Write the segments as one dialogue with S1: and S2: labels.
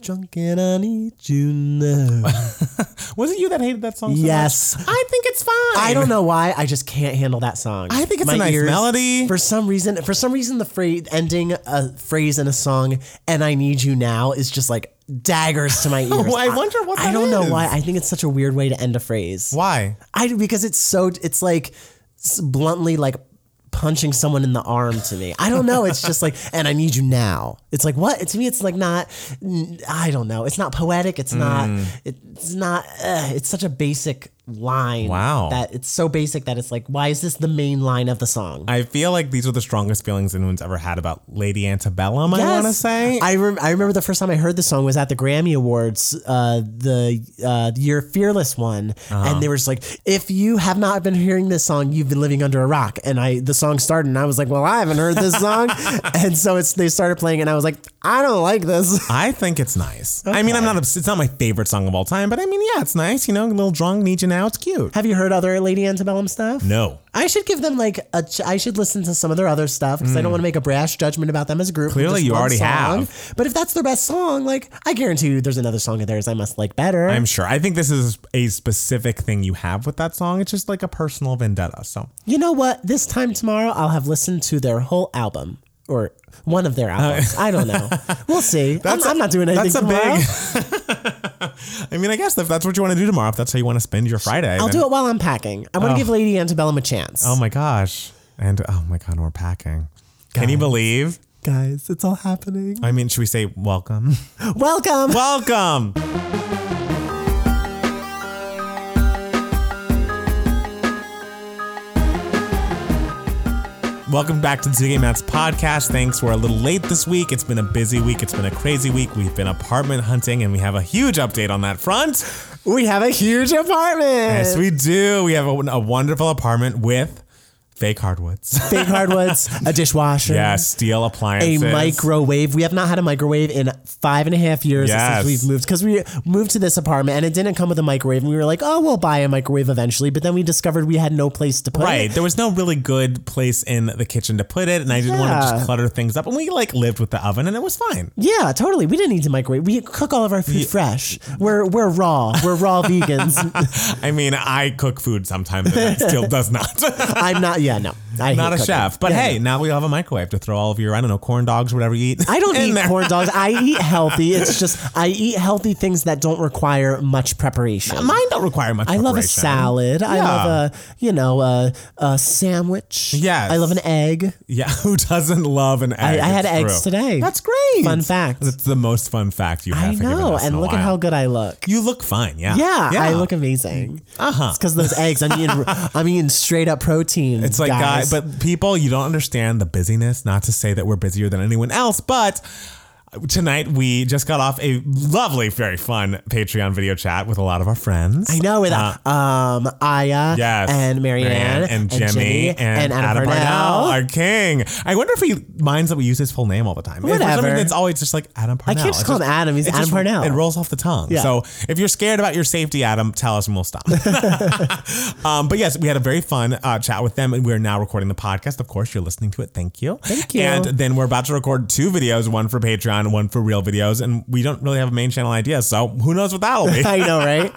S1: drunk and I need you now.
S2: Was it you that hated that song? So
S1: Yes.
S2: much? I think it's fine.
S1: I don't know why. I just can't handle that song.
S2: I think it's a nice melody.
S1: For some reason, for some reason, the phrase ending a phrase in a song "and I need you now" is just like daggers to my ears.
S2: I wonder what
S1: I
S2: that
S1: don't know
S2: is.
S1: why. I think it's such a weird way to end a phrase.
S2: Why?
S1: I because it's so it's like s- bluntly like punching someone in the arm to me. I don't know. It's just like and I need you now. It's like what to me. It's like not. n- I don't know. It's not poetic. It's not. It's not. Uh, it's such a basic line.
S2: Wow.
S1: That it's so basic that it's like why is this the main line of the song?
S2: I feel like these are the strongest feelings anyone's ever had about Lady Antebellum. I want to say.
S1: I, rem- I remember the first time I heard the song was at the Grammy Awards, uh, the uh, Your Fearless one,
S2: Uh-huh.
S1: and they were just like, "If you have not been hearing this song, you've been living under a rock." And I, the song started, and I was like, "Well, I haven't heard this song," and so it's they started playing, and I was like, "I don't like this."
S2: I think it's nice. I mean, I'm not. obs- It's not my favorite song of all time, but I mean, yeah, it's nice. You know, little drunk need you now. It's cute.
S1: Have you heard other Lady Antebellum stuff?
S2: No,
S1: I should give them like a. Ch- I should listen to some of their other stuff because I don't want to make a brash judgment about them as a group. with
S2: Mm. Clearly
S1: just
S2: you
S1: one
S2: already
S1: song.
S2: have.
S1: But if that's their best song, like I guarantee you, there's another song of theirs I must like better.
S2: I'm sure. I think this is a specific thing you have with that song. It's just like a personal vendetta. So
S1: You know what? This time tomorrow, I'll have listened to their whole album or one of their albums. I don't know. We'll see. I'm, I'm not doing anything
S2: that's a
S1: tomorrow.
S2: big. I mean, I guess if that's what you want to do tomorrow, if that's how you want to spend your Friday,
S1: I'll do it while I'm packing. I want to give Lady Antebellum a chance.
S2: Oh my gosh! And oh my god, we're packing. Can you believe?
S1: Guys, it's all happening.
S2: I mean, should we say welcome?
S1: Welcome.
S2: welcome. Welcome back to the Ziggy Mats podcast. Thanks. We're a little late this week. It's been a busy week. It's been a crazy week. We've been apartment hunting and we have a huge update on that front.
S1: We have a huge apartment.
S2: Yes, we do. We have a, a wonderful apartment with fake hardwoods.
S1: Big hardwoods, a dishwasher.
S2: yeah, steel
S1: A
S2: appliances.
S1: microwave. We have not had a microwave in five and a half years
S2: Yes.
S1: since we've moved because we moved to this apartment and it didn't come with a microwave. And we were like, oh, we'll buy a microwave eventually. But then we discovered we had no place to put it.
S2: Right. There was no really good place in the kitchen to put it, and I didn't want to
S1: Yeah.
S2: just clutter things up. And we like lived with the oven, and it was fine.
S1: Yeah, totally. We didn't need to microwave. We cook all of our food fresh. We're we're raw. We're raw vegans.
S2: I mean, I cook food sometimes, and that still does not.
S1: I'm not. Yeah, no. I
S2: not a
S1: hate cooking.
S2: chef, but
S1: Yeah,
S2: hey,
S1: no.
S2: now we have a microwave to throw all of your I don't know corn dogs, whatever you eat.
S1: I don't
S2: in
S1: eat
S2: there.
S1: corn dogs. I eat healthy. It's just I eat healthy things that don't require much preparation.
S2: Mine don't require much.
S1: I love a
S2: preparation.
S1: salad. I
S2: Yeah.
S1: love a you know a, a sandwich.
S2: Yes.
S1: I love an egg.
S2: Yeah, who doesn't love an egg?
S1: I, I had
S2: It's
S1: eggs
S2: true.
S1: today.
S2: That's great.
S1: Fun fact.
S2: That's the most fun fact you have.
S1: I
S2: to give
S1: know.
S2: us in
S1: And
S2: a
S1: look at
S2: while.
S1: how good I look.
S2: you look fine. Yeah.
S1: Yeah, I look amazing.
S2: Uh huh.
S1: It's because those eggs. I'm eating. I'm eating straight up protein.
S2: It's like,
S1: guys.
S2: guys. but people, you don't understand the busyness. Not to say that we're busier than anyone else, but tonight we just got off a lovely, very fun Patreon video chat with a lot of our friends.
S1: I know with uh, um Aya
S2: Uh-huh. Yes.
S1: and Marianne
S2: Marianne and Jimmy and, Adam, Parnell, our king. I wonder if he minds that we use his full name all the time. It's,
S1: Whatever.
S2: it's always just like Adam Parnell.
S1: just call him Adam. He's
S2: it's
S1: Adam Parnell.
S2: It rolls off the tongue.
S1: Yeah.
S2: So if you're scared about your safety, Adam, tell us and we'll stop. um, but yes, we had a very fun uh, chat with them, and we're now recording the podcast. Of course, you're listening to it. Thank you.
S1: Thank you.
S2: And then we're about to record two videos, one for Patreon, one for real videos, and we don't really have a main channel idea. So who knows what that'll be.
S1: I know, right?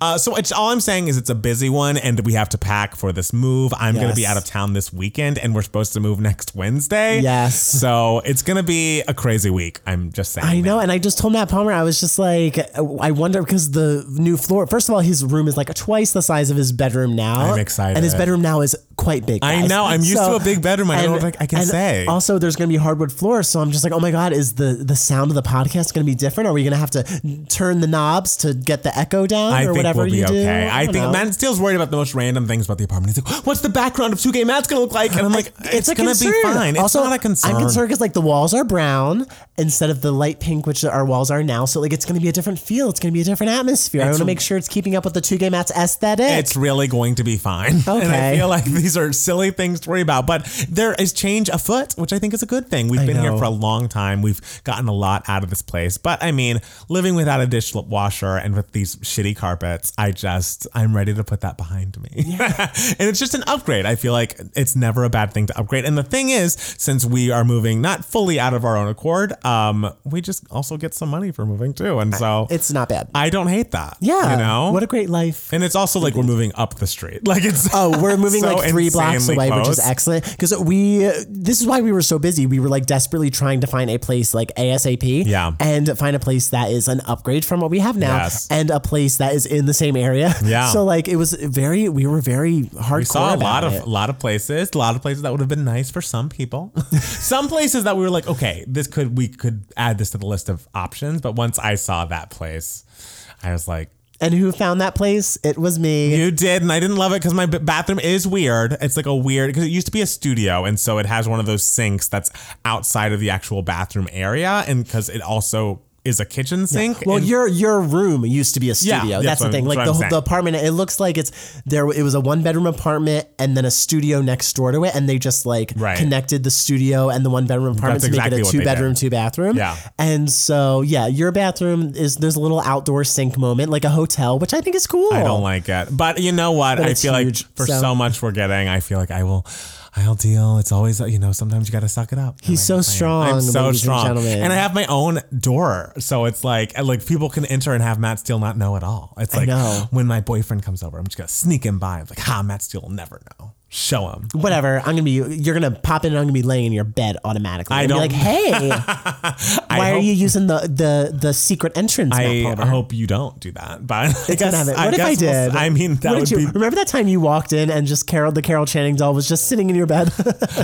S2: Uh, so it's all I'm saying is it's a busy one, and we have to pack for this move. I'm going to be
S1: Yes.
S2: out of town this weekend, and we're supposed to move next Wednesday.
S1: Yes.
S2: So it's going to be a crazy week. I'm just saying.
S1: I know. And I just told Matt Palmer, I was just like, I wonder because the new floor, first of all, his room is like twice the size of his bedroom now.
S2: I'm excited.
S1: And his bedroom now is quite big.
S2: I
S1: guys.
S2: know. I'm used to a big bedroom. I don't think I can
S1: and
S2: say.
S1: Also, there's going to be hardwood floors. So I'm just like, oh my God, is the, the sound of the podcast going to be different? Are we going to have to turn the knobs to get the echo down
S2: I
S1: or
S2: think
S1: whatever
S2: we'll be
S1: you do?
S2: okay. I,
S1: don't
S2: think
S1: know.
S2: Matt Steele's worried about the most random things about the apartment. He's like, "What's the background of Two Gay Matt's gonna look like?" And I'm like, "It's,
S1: a
S2: gonna be
S1: concern.
S2: fine. It's
S1: also,
S2: not a concern."
S1: I'm concerned because like the walls are brown instead of the light pink, which our walls are now. So like it's going to be a different feel. It's going to be a different atmosphere. I want to make sure it's keeping up with the two game mats aesthetic.
S2: It's really going to be fine. And I
S1: Okay.
S2: feel like the these are silly things to worry about, but there is change afoot, which I think is a good thing. We've
S1: I
S2: been here
S1: know.
S2: for a long time. We've gotten a lot out of this place, but I mean, living without a dishwasher and with these shitty carpets, I just I'm ready to put that behind me. and it's just an upgrade. I feel like it's never a bad thing to upgrade. And the thing is, since we are moving not fully out of our own accord, um, we just also get some money for moving too, and so
S1: It's not bad.
S2: I don't hate that.
S1: Yeah.
S2: you know
S1: What a great life.
S2: and it's also like we're moving up the street. Like it's
S1: Oh, we're moving
S2: so
S1: like three blocks
S2: insanely
S1: away, which is
S2: close.
S1: excellent. Because we, this is why we were so busy. We were like desperately trying to find a place like ASAP,
S2: Yeah.
S1: and find a place that is an upgrade from what we have now,
S2: Yes.
S1: and a place that is in the same area.
S2: Yeah.
S1: So like it was very, we were very hardcore.
S2: We saw a
S1: about
S2: lot of
S1: it.
S2: a lot of places, a lot of places that would have been nice for some people. some places that we were like, okay, this could we could add this to the list of options. But once I saw that place, I was like,
S1: and who found that place? It was me.
S2: You did, and I didn't love it because my b- bathroom is weird. It's like a weird because it used to be a studio, and so it has one of those sinks that's outside of the actual bathroom area, and because it also is a kitchen sink.
S1: Well,
S2: and-
S1: your your room used to be a
S2: Yeah,
S1: studio. that's
S2: that's
S1: the
S2: what-
S1: thing.
S2: that's
S1: Like
S2: what
S1: the, whole-
S2: I'm
S1: the
S2: saying.
S1: apartment, it looks like it's there. It was a one bedroom apartment and then a studio next door to it, and they just like
S2: Right.
S1: connected the studio and the one bedroom apartment
S2: That's
S1: to
S2: exactly
S1: make it
S2: what
S1: a two
S2: they did.
S1: bedroom, two bathroom.
S2: Yeah.
S1: And so yeah, your bathroom is there's a little outdoor sink moment, like a hotel, which I think is cool.
S2: I don't like it. But you know what? I
S1: it's
S2: feel
S1: huge,
S2: like for so.
S1: so-
S2: much we're getting, I feel like I will, I'll deal. It's always you know sometimes you got to suck it up.
S1: He's so
S2: I am.
S1: strong,
S2: I'm so
S1: ladies and
S2: strong, and,
S1: gentlemen.
S2: I have my own door, so it's like like people can enter and have Matt Steele not know at all. It's like
S1: know.
S2: when my boyfriend comes over, I'm just gonna sneak him by. I'm like, ha, Matt Steele will never know. Show him.
S1: Whatever, I'm gonna be. You're gonna pop in, and I'm gonna be laying in your bed automatically.
S2: I
S1: and be
S2: don't-
S1: like, hey, why are
S2: hope-
S1: you using the the the secret entrance? map
S2: I
S1: holder?
S2: hope you don't do that, but I
S1: It's gonna
S2: guess,
S1: happen.
S2: I
S1: What if I
S2: guess we'll s-
S1: did?
S2: I mean, that
S1: What
S2: would
S1: did you
S2: be
S1: remember that time you walked in and just Carol, the Carol Channing doll, was just sitting in your bed.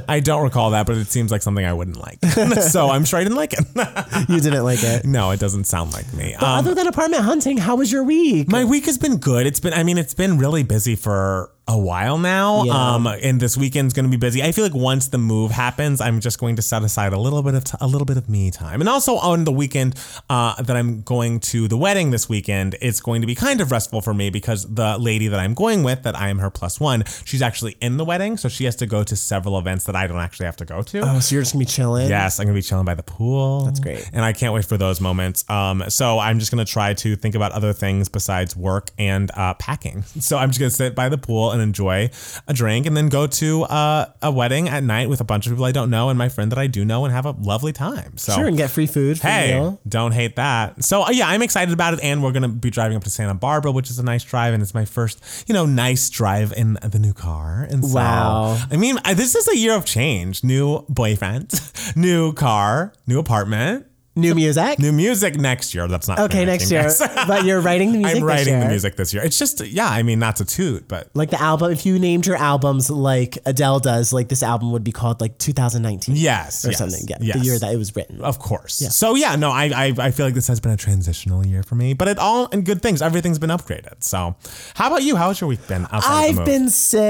S2: I don't recall that, but it seems like something I wouldn't like. so I'm sure I didn't like it.
S1: you didn't like it.
S2: no, it doesn't sound like me. Um,
S1: Other than apartment hunting, how was your week?
S2: My week has been good. It's been, I mean, it's been really busy for a while now.
S1: Yeah.
S2: Um, and this weekend's going to be busy. I feel like once the move happens, I'm just going to set aside a little bit of t- a little bit of me time. And also on the weekend uh, that I'm going to the wedding this weekend, it's going to be kind of restful for me because the lady that I'm going with, that I am her plus one, she's actually in the wedding, so she has to go to several events that I don't actually have to go to.
S1: oh, so you're just gonna be chilling.
S2: Yes, I'm gonna be chilling by the pool. That's
S1: great.
S2: and I can't wait for those moments. Um, so I'm just gonna try to think about other things besides work and uh, packing. So I'm just gonna sit by the pool and enjoy a drink, and then go to uh, a wedding at night with a bunch of people I don't know and my friend that I do know, and have a lovely time. So
S1: Sure, and get free food. Free
S2: Hey,
S1: meal.
S2: don't hate that. So uh, yeah, I'm excited about it, and we're gonna be driving up to Santa Barbara, which is a nice drive, and it's my first, you know, nice drive in the new car. And so,
S1: Wow.
S2: I mean, I, this is a year of change. New boyfriend, new car, new apartment,
S1: new music.
S2: new music next year. That's not
S1: okay, next
S2: promising,
S1: year.
S2: guys.
S1: but you're writing the music.
S2: I'm
S1: this
S2: writing the
S1: year.
S2: music this year. It's just yeah, I mean, not to toot, but
S1: Like the album, if you named your albums like Adele does, like this album would be called like 2019
S2: yes,
S1: or
S2: yes,
S1: something. Yeah,
S2: yes.
S1: the year that it was written.
S2: Of course. So yeah, no, I, I I feel like this has been a transitional year for me, but it all in good things. Everything's been upgraded. So, how about you? How's your week been? outside of the
S1: I've
S2: move?
S1: been sick.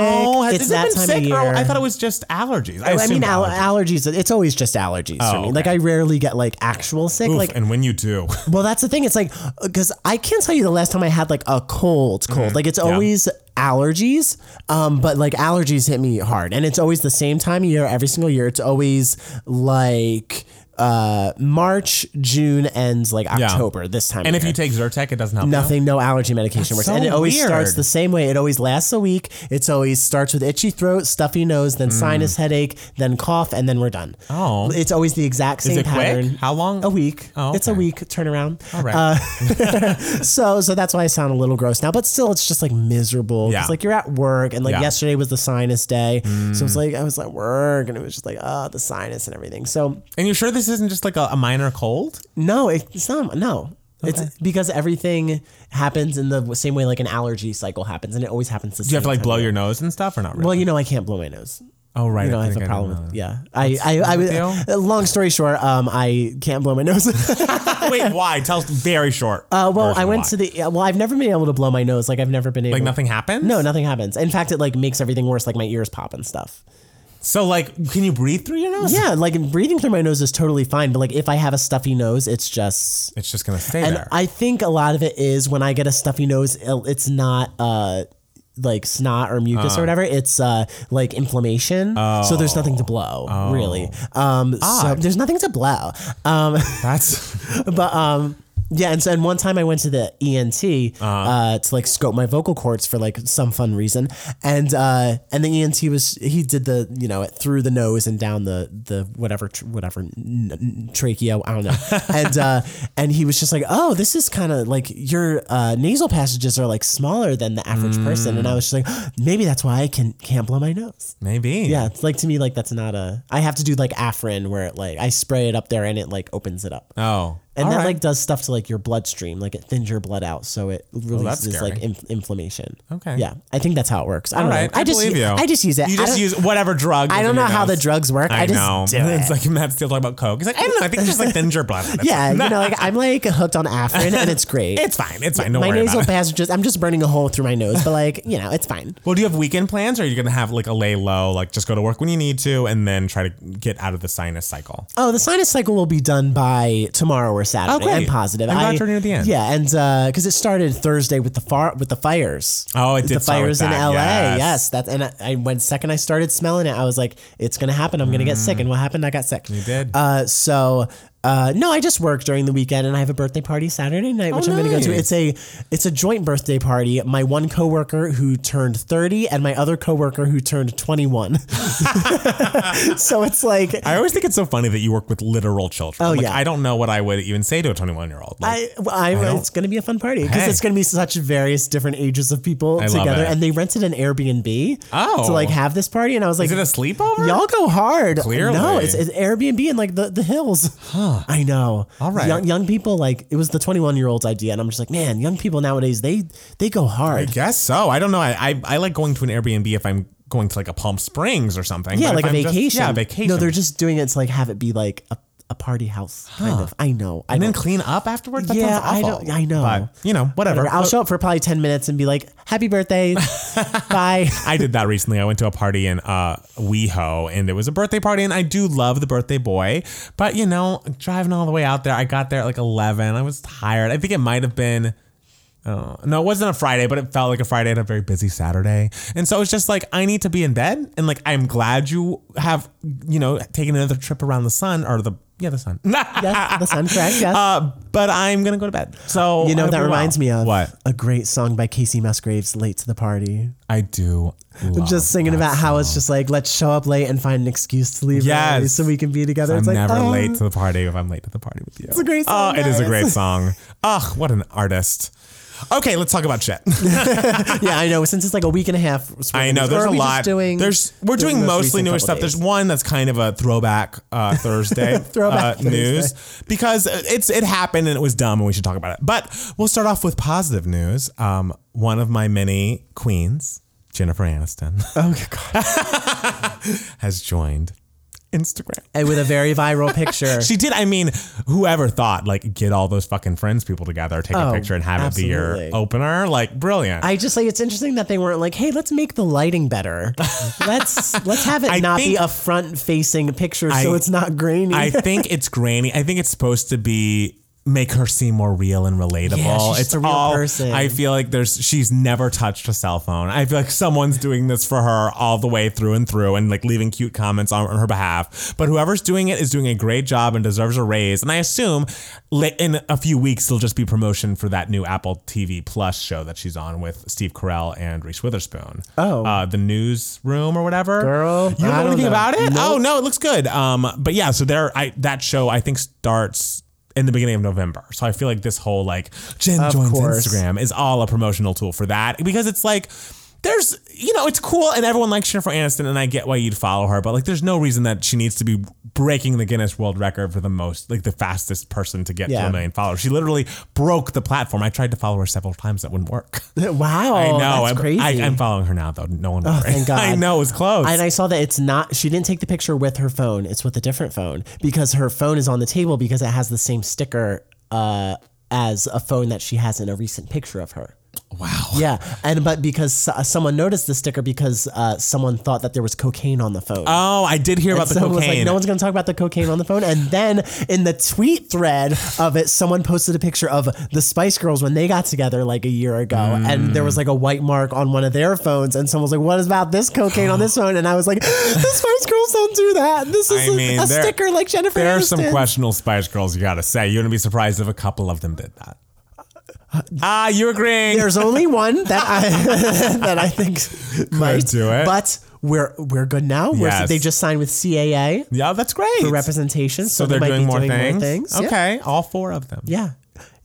S2: Oh, has
S1: it's
S2: it
S1: that
S2: been
S1: time
S2: sick
S1: of year.
S2: Or I thought it was just allergies. I,
S1: Oh, I
S2: assumed
S1: mean, al-
S2: allergies.
S1: allergies. It's always just allergies for
S2: Oh,
S1: me. Like
S2: okay.
S1: I rarely get like actual sick.
S2: Oof,
S1: like,
S2: and when you do,
S1: well, that's the thing. It's like because I can't tell you the last time I had like a cold,
S2: Mm-hmm.
S1: cold. Like it's always allergies. Um, but like allergies hit me hard, and it's always the same time of year every single year. It's always like uh March, June, and like October. This time, of
S2: and if
S1: year.
S2: you take Zyrtec, it doesn't help.
S1: Nothing, no allergy medication works.
S2: so
S1: and it always
S2: weird.
S1: starts the same way. It always lasts a week. It's always starts with itchy throat, stuffy nose, then sinus headache, then cough, and then we're done.
S2: Mm. Oh.
S1: It's always the exact same
S2: it quick?
S1: pattern.
S2: How long?
S1: A week.
S2: Oh,
S1: It's a
S2: okay.
S1: week turnaround.
S2: All right.
S1: Uh, So so that's why I sound a little gross now, but still it's just like miserable.
S2: Yeah.
S1: It's like you're at work and like
S2: Yeah. Mm.
S1: yesterday was the sinus day. So it's like I was at work and it was just like, oh, the sinus and everything. So
S2: and you're sure this isn't just like a, a minor cold?
S1: no, it's not. No. It's because everything happens in the same way like an allergy cycle happens, and it always happens. The
S2: Do you have to like blow your nose and stuff, or not really?
S1: Well, you know, I can't blow my nose.
S2: oh right,
S1: You know, I have a
S2: think I know
S1: problem with yeah. I I, I,
S2: with
S1: was- long story short, um, I can't blow my nose.
S2: that. Wait, why? Tell us very short.
S1: uh, well, I went to the yeah, well, I've never been able to blow my nose. Like I've never been able.
S2: like nothing happens.
S1: No, nothing happens. In fact, it like makes everything worse. Like my ears pop and stuff.
S2: So like, can you breathe through your nose?
S1: Yeah, like breathing through my nose is totally fine, but like if I have a stuffy nose, it's just
S2: It's just gonna stay
S1: And
S2: there.
S1: I think a lot of it is when I get a stuffy nose, it'll- it's not uh, like snot or mucus or whatever. It's uh, like inflammation. So
S2: Oh.
S1: there's nothing to blow really. Um, so there's nothing to blow. Um,
S2: That's
S1: but um yeah and so and one time i went to the ent uh to like scope my vocal cords for like some fun reason and uh and the ent was he did the you know it through the nose and down the the whatever tr- whatever n- n- trachea i don't know and uh and he was just like oh this is kind of like your uh nasal passages are like smaller than the average person and i was just like maybe that's why i can can't blow my nose
S2: maybe.
S1: yeah it's like to me like that's not a i have to do like afrin where it like i spray it up there and it like opens it up
S2: Oh.
S1: and
S2: all
S1: that
S2: right.
S1: like does stuff to like your bloodstream, like it thins your blood out, so it releases
S2: Oh, scary.
S1: like inf- inflammation.
S2: Okay.
S1: Yeah, I think that's how it works. I don't
S2: all
S1: know.
S2: right.
S1: I, just
S2: believe you.
S1: I just use it.
S2: You
S1: I
S2: just
S1: don't,
S2: use whatever drug.
S1: I
S2: is
S1: don't
S2: in
S1: know
S2: your
S1: how the
S2: nose.
S1: drugs work. I, just
S2: know.
S1: do it.
S2: It's like Matt's still talking about coke. He's like, I don't know. I think it's just like thin your blood. It's
S1: yeah, you
S2: like,
S1: know, like I'm like hooked on Afrin, and it's great.
S2: it's fine. It's fine. Don't
S1: my
S2: worry
S1: nasal
S2: about it.
S1: passages. I'm just burning a hole through my nose, but like you know, it's fine.
S2: Well, do you have weekend plans, or are you gonna have like a lay low, like just go to work when you need to, and then try to get out of the sinus cycle?
S1: Oh, the sinus cycle will be done by tomorrow or Saturday.
S2: Oh, great.
S1: I'm positive.
S2: I'm glad
S1: I-
S2: you're near the end.
S1: Yeah, and because it started Thursday with the far with the fires.
S2: Oh, it
S1: the
S2: did start with
S1: fires in
S2: that,
S1: LA.
S2: yes.
S1: Yes, that and I, I when second I started smelling it, I was like, it's gonna happen. I'm gonna get sick. And what happened? I got sick. You
S2: did.
S1: Uh, so. Uh, no, I just work during the weekend, and I have a birthday party Saturday night, which I'm going to go to.
S2: Oh, nice.
S1: It's a it's a joint birthday party. My one coworker who turned 30, and my other coworker who turned 21. so it's like
S2: I always think it's so funny that you work with literal children.
S1: Oh,
S2: like,
S1: yeah.
S2: I don't know what I would even say to a 21 year old. Like,
S1: I, well, I,
S2: don't-
S1: it's going to be a fun party because
S2: Hey.
S1: it's going to be such various different ages of people
S2: love
S1: together,
S2: it.
S1: and they rented an Airbnb
S2: Oh.
S1: to like have this party, and I was like,
S2: is it a sleepover?
S1: y'all go hard.
S2: Clearly.
S1: no, it's, it's Airbnb in like the the hills. I know.
S2: All right.
S1: young, young people like it was the twenty one year old's idea, and I'm just like, man, young people nowadays they they go hard.
S2: Guess so. I don't know. I, I I like going to an Airbnb if I'm going to like a Palm Springs or something.
S1: yeah,
S2: But
S1: like
S2: if
S1: a
S2: I'm just-
S1: vacation.
S2: yeah, vacation.
S1: No, they're just doing it to like have it be like a, a party house kind of. I know. I
S2: and
S1: don't
S2: then clean up afterwards. That
S1: Yeah,
S2: sounds
S1: I
S2: awful.
S1: don't- I know.
S2: But you know, whatever.
S1: I'll show up for probably 10 minutes and be like, happy birthday. Bye.
S2: I did that recently. I went to a party in uh, WeHo, and it was a birthday party, and I do love the birthday boy. But you know, driving all the way out there, I got there at like eleven. I was tired. I think it might have been. Oh, no, it wasn't a Friday, but it felt like a Friday and a very busy Saturday. And so it's just like, I need to be in bed. And like, I'm glad you have, you know, taken another trip around the sun or the, yeah, the sun.
S1: yes, the sun correct. Yes.
S2: uh, but I'm going to go to bed. So,
S1: you know,
S2: I'll
S1: that
S2: be
S1: reminds
S2: well.
S1: me of
S2: what
S1: a great song by Casey Musgraves, Late to the Party.
S2: I do. love
S1: just singing
S2: that
S1: about how it's just like, let's show up late and find an excuse to leave
S2: Yes.
S1: early so we can be together.
S2: I'm
S1: it's like,
S2: never
S1: oh,
S2: late to the party if I'm late to the party with you. It's
S1: a great song,
S2: Oh, it is a
S1: guys.
S2: great song. Ugh, what an artist. Okay, let's talk about shit.
S1: Yeah, I know. Since it's like a week and a half.
S2: I know there's
S1: Or are
S2: a
S1: we just
S2: lot.
S1: Doing,
S2: there's we're doing,
S1: most
S2: mostly
S1: recent
S2: newer
S1: couple
S2: stuff.
S1: days?
S2: There's one that's kind of a throwback uh, Thursday
S1: Throwback
S2: uh, news because it's it happened and it was dumb and we should talk about it. But we'll start off with positive news. Um, one of my many queens, Jennifer Aniston,
S1: Oh, God.
S2: has joined Instagram.
S1: And with a very viral picture.
S2: She did. I mean, whoever thought like get all those fucking friends people together, take a
S1: Oh,
S2: picture and have it be your
S1: absolutely.
S2: opener, like brilliant.
S1: I just like it's interesting that they weren't like, hey, let's make the lighting better. let's let's have it
S2: I
S1: not be
S2: think-
S1: a front facing picture so
S2: I-
S1: it's not grainy.
S2: I think it's grainy. I think it's supposed to be make her seem more real and relatable.
S1: Yeah, she's just
S2: it's
S1: a real
S2: all.
S1: person.
S2: I feel like there's she's never touched a cell phone. I feel like someone's doing this for her all the way through and through, and like leaving cute comments on, on her behalf. But whoever's doing it is doing a great job and deserves a raise. And I assume li- in a few weeks there'll just be promotion for that new Apple TV Plus show that she's on with Steve Carell and Reese Witherspoon.
S1: Oh.
S2: uh, the newsroom or whatever.
S1: Girl,
S2: you don't
S1: I
S2: know
S1: don't
S2: anything
S1: know.
S2: about it.
S1: Nope.
S2: Oh no, it looks good. Um, but yeah, so there, I that show I think starts in the beginning of November. So I feel like this whole like Jen joins
S1: course.
S2: Instagram is all a promotional tool for that because it's like. There's, you know, it's cool and everyone likes Jennifer Aniston and I get why you'd follow her, but like there's no reason that she needs to be breaking the Guinness World Record for the most, like the fastest person to get to
S1: Yeah.
S2: a million followers. She literally broke the platform. I tried to follow her several times. That wouldn't work.
S1: wow,
S2: I know.
S1: Oh, that's
S2: I'm,
S1: crazy.
S2: I, am following her now though. No one oh,
S1: thank God.
S2: I know. It was close.
S1: and I saw that it's not. She didn't take the picture with her phone. It's with a different phone because her phone is on the table because it has the same sticker uh, as a phone that she has in a recent picture of her.
S2: Wow.
S1: Yeah, and but because uh, someone noticed the sticker because uh, someone thought that there was cocaine on the phone.
S2: Oh, I did hear about the
S1: someone was
S2: cocaine.
S1: like, "No one's going to talk about the cocaine on the phone." And then in the tweet thread of it, someone posted a picture of the Spice Girls when they got together like a year ago, and there was like a white mark on one of their phones, and someone was like, "What is about this cocaine on this phone?" And I was like, "The Spice Girls don't do that. This is
S2: I
S1: a-
S2: mean,
S1: a
S2: there-
S1: sticker like Jennifer."
S2: there are some
S1: Aniston."
S2: questionable Spice Girls, you gotta say. You wouldn't be surprised if a couple of them did that.
S1: Uh,
S2: Ah, you're agreeing.
S1: There's only one that I that I think might
S2: do it.
S1: But we're we're good now. We're,
S2: Yes.
S1: They just signed with CAA
S2: yeah, that's great.
S1: for representation, so,
S2: so
S1: they
S2: they're
S1: might
S2: doing,
S1: be
S2: more,
S1: doing
S2: things?
S1: more things. Yeah.
S2: Okay, all four of them.
S1: Yeah.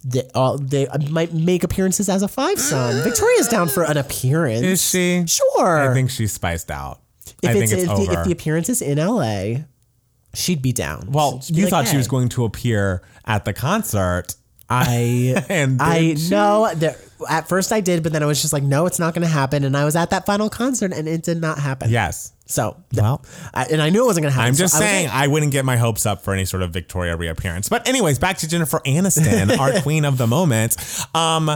S1: They, all, they uh, might make appearances as a five son. Victoria's down for an appearance.
S2: Is she?
S1: Sure.
S2: I think she's spiced out.
S1: if
S2: I think it's,
S1: if,
S2: over.
S1: The, if the appearance is in LA, she'd be down.
S2: well,
S1: She'd be
S2: you
S1: like,
S2: thought she
S1: "Hey."
S2: was going to appear at the concert.
S1: I
S2: And
S1: I
S2: did she?
S1: know that at first I did, but then I was just like, no, it's not going to happen. And I was at that final concert, and it did not happen.
S2: Yes.
S1: So
S2: Well,
S1: I, and I knew it wasn't going to happen.
S2: I'm
S1: so
S2: just
S1: I was
S2: saying,
S1: like,
S2: I wouldn't get my hopes up for any sort of Victoria reappearance. But anyways, back to Jennifer Aniston, our queen of the moment. Um,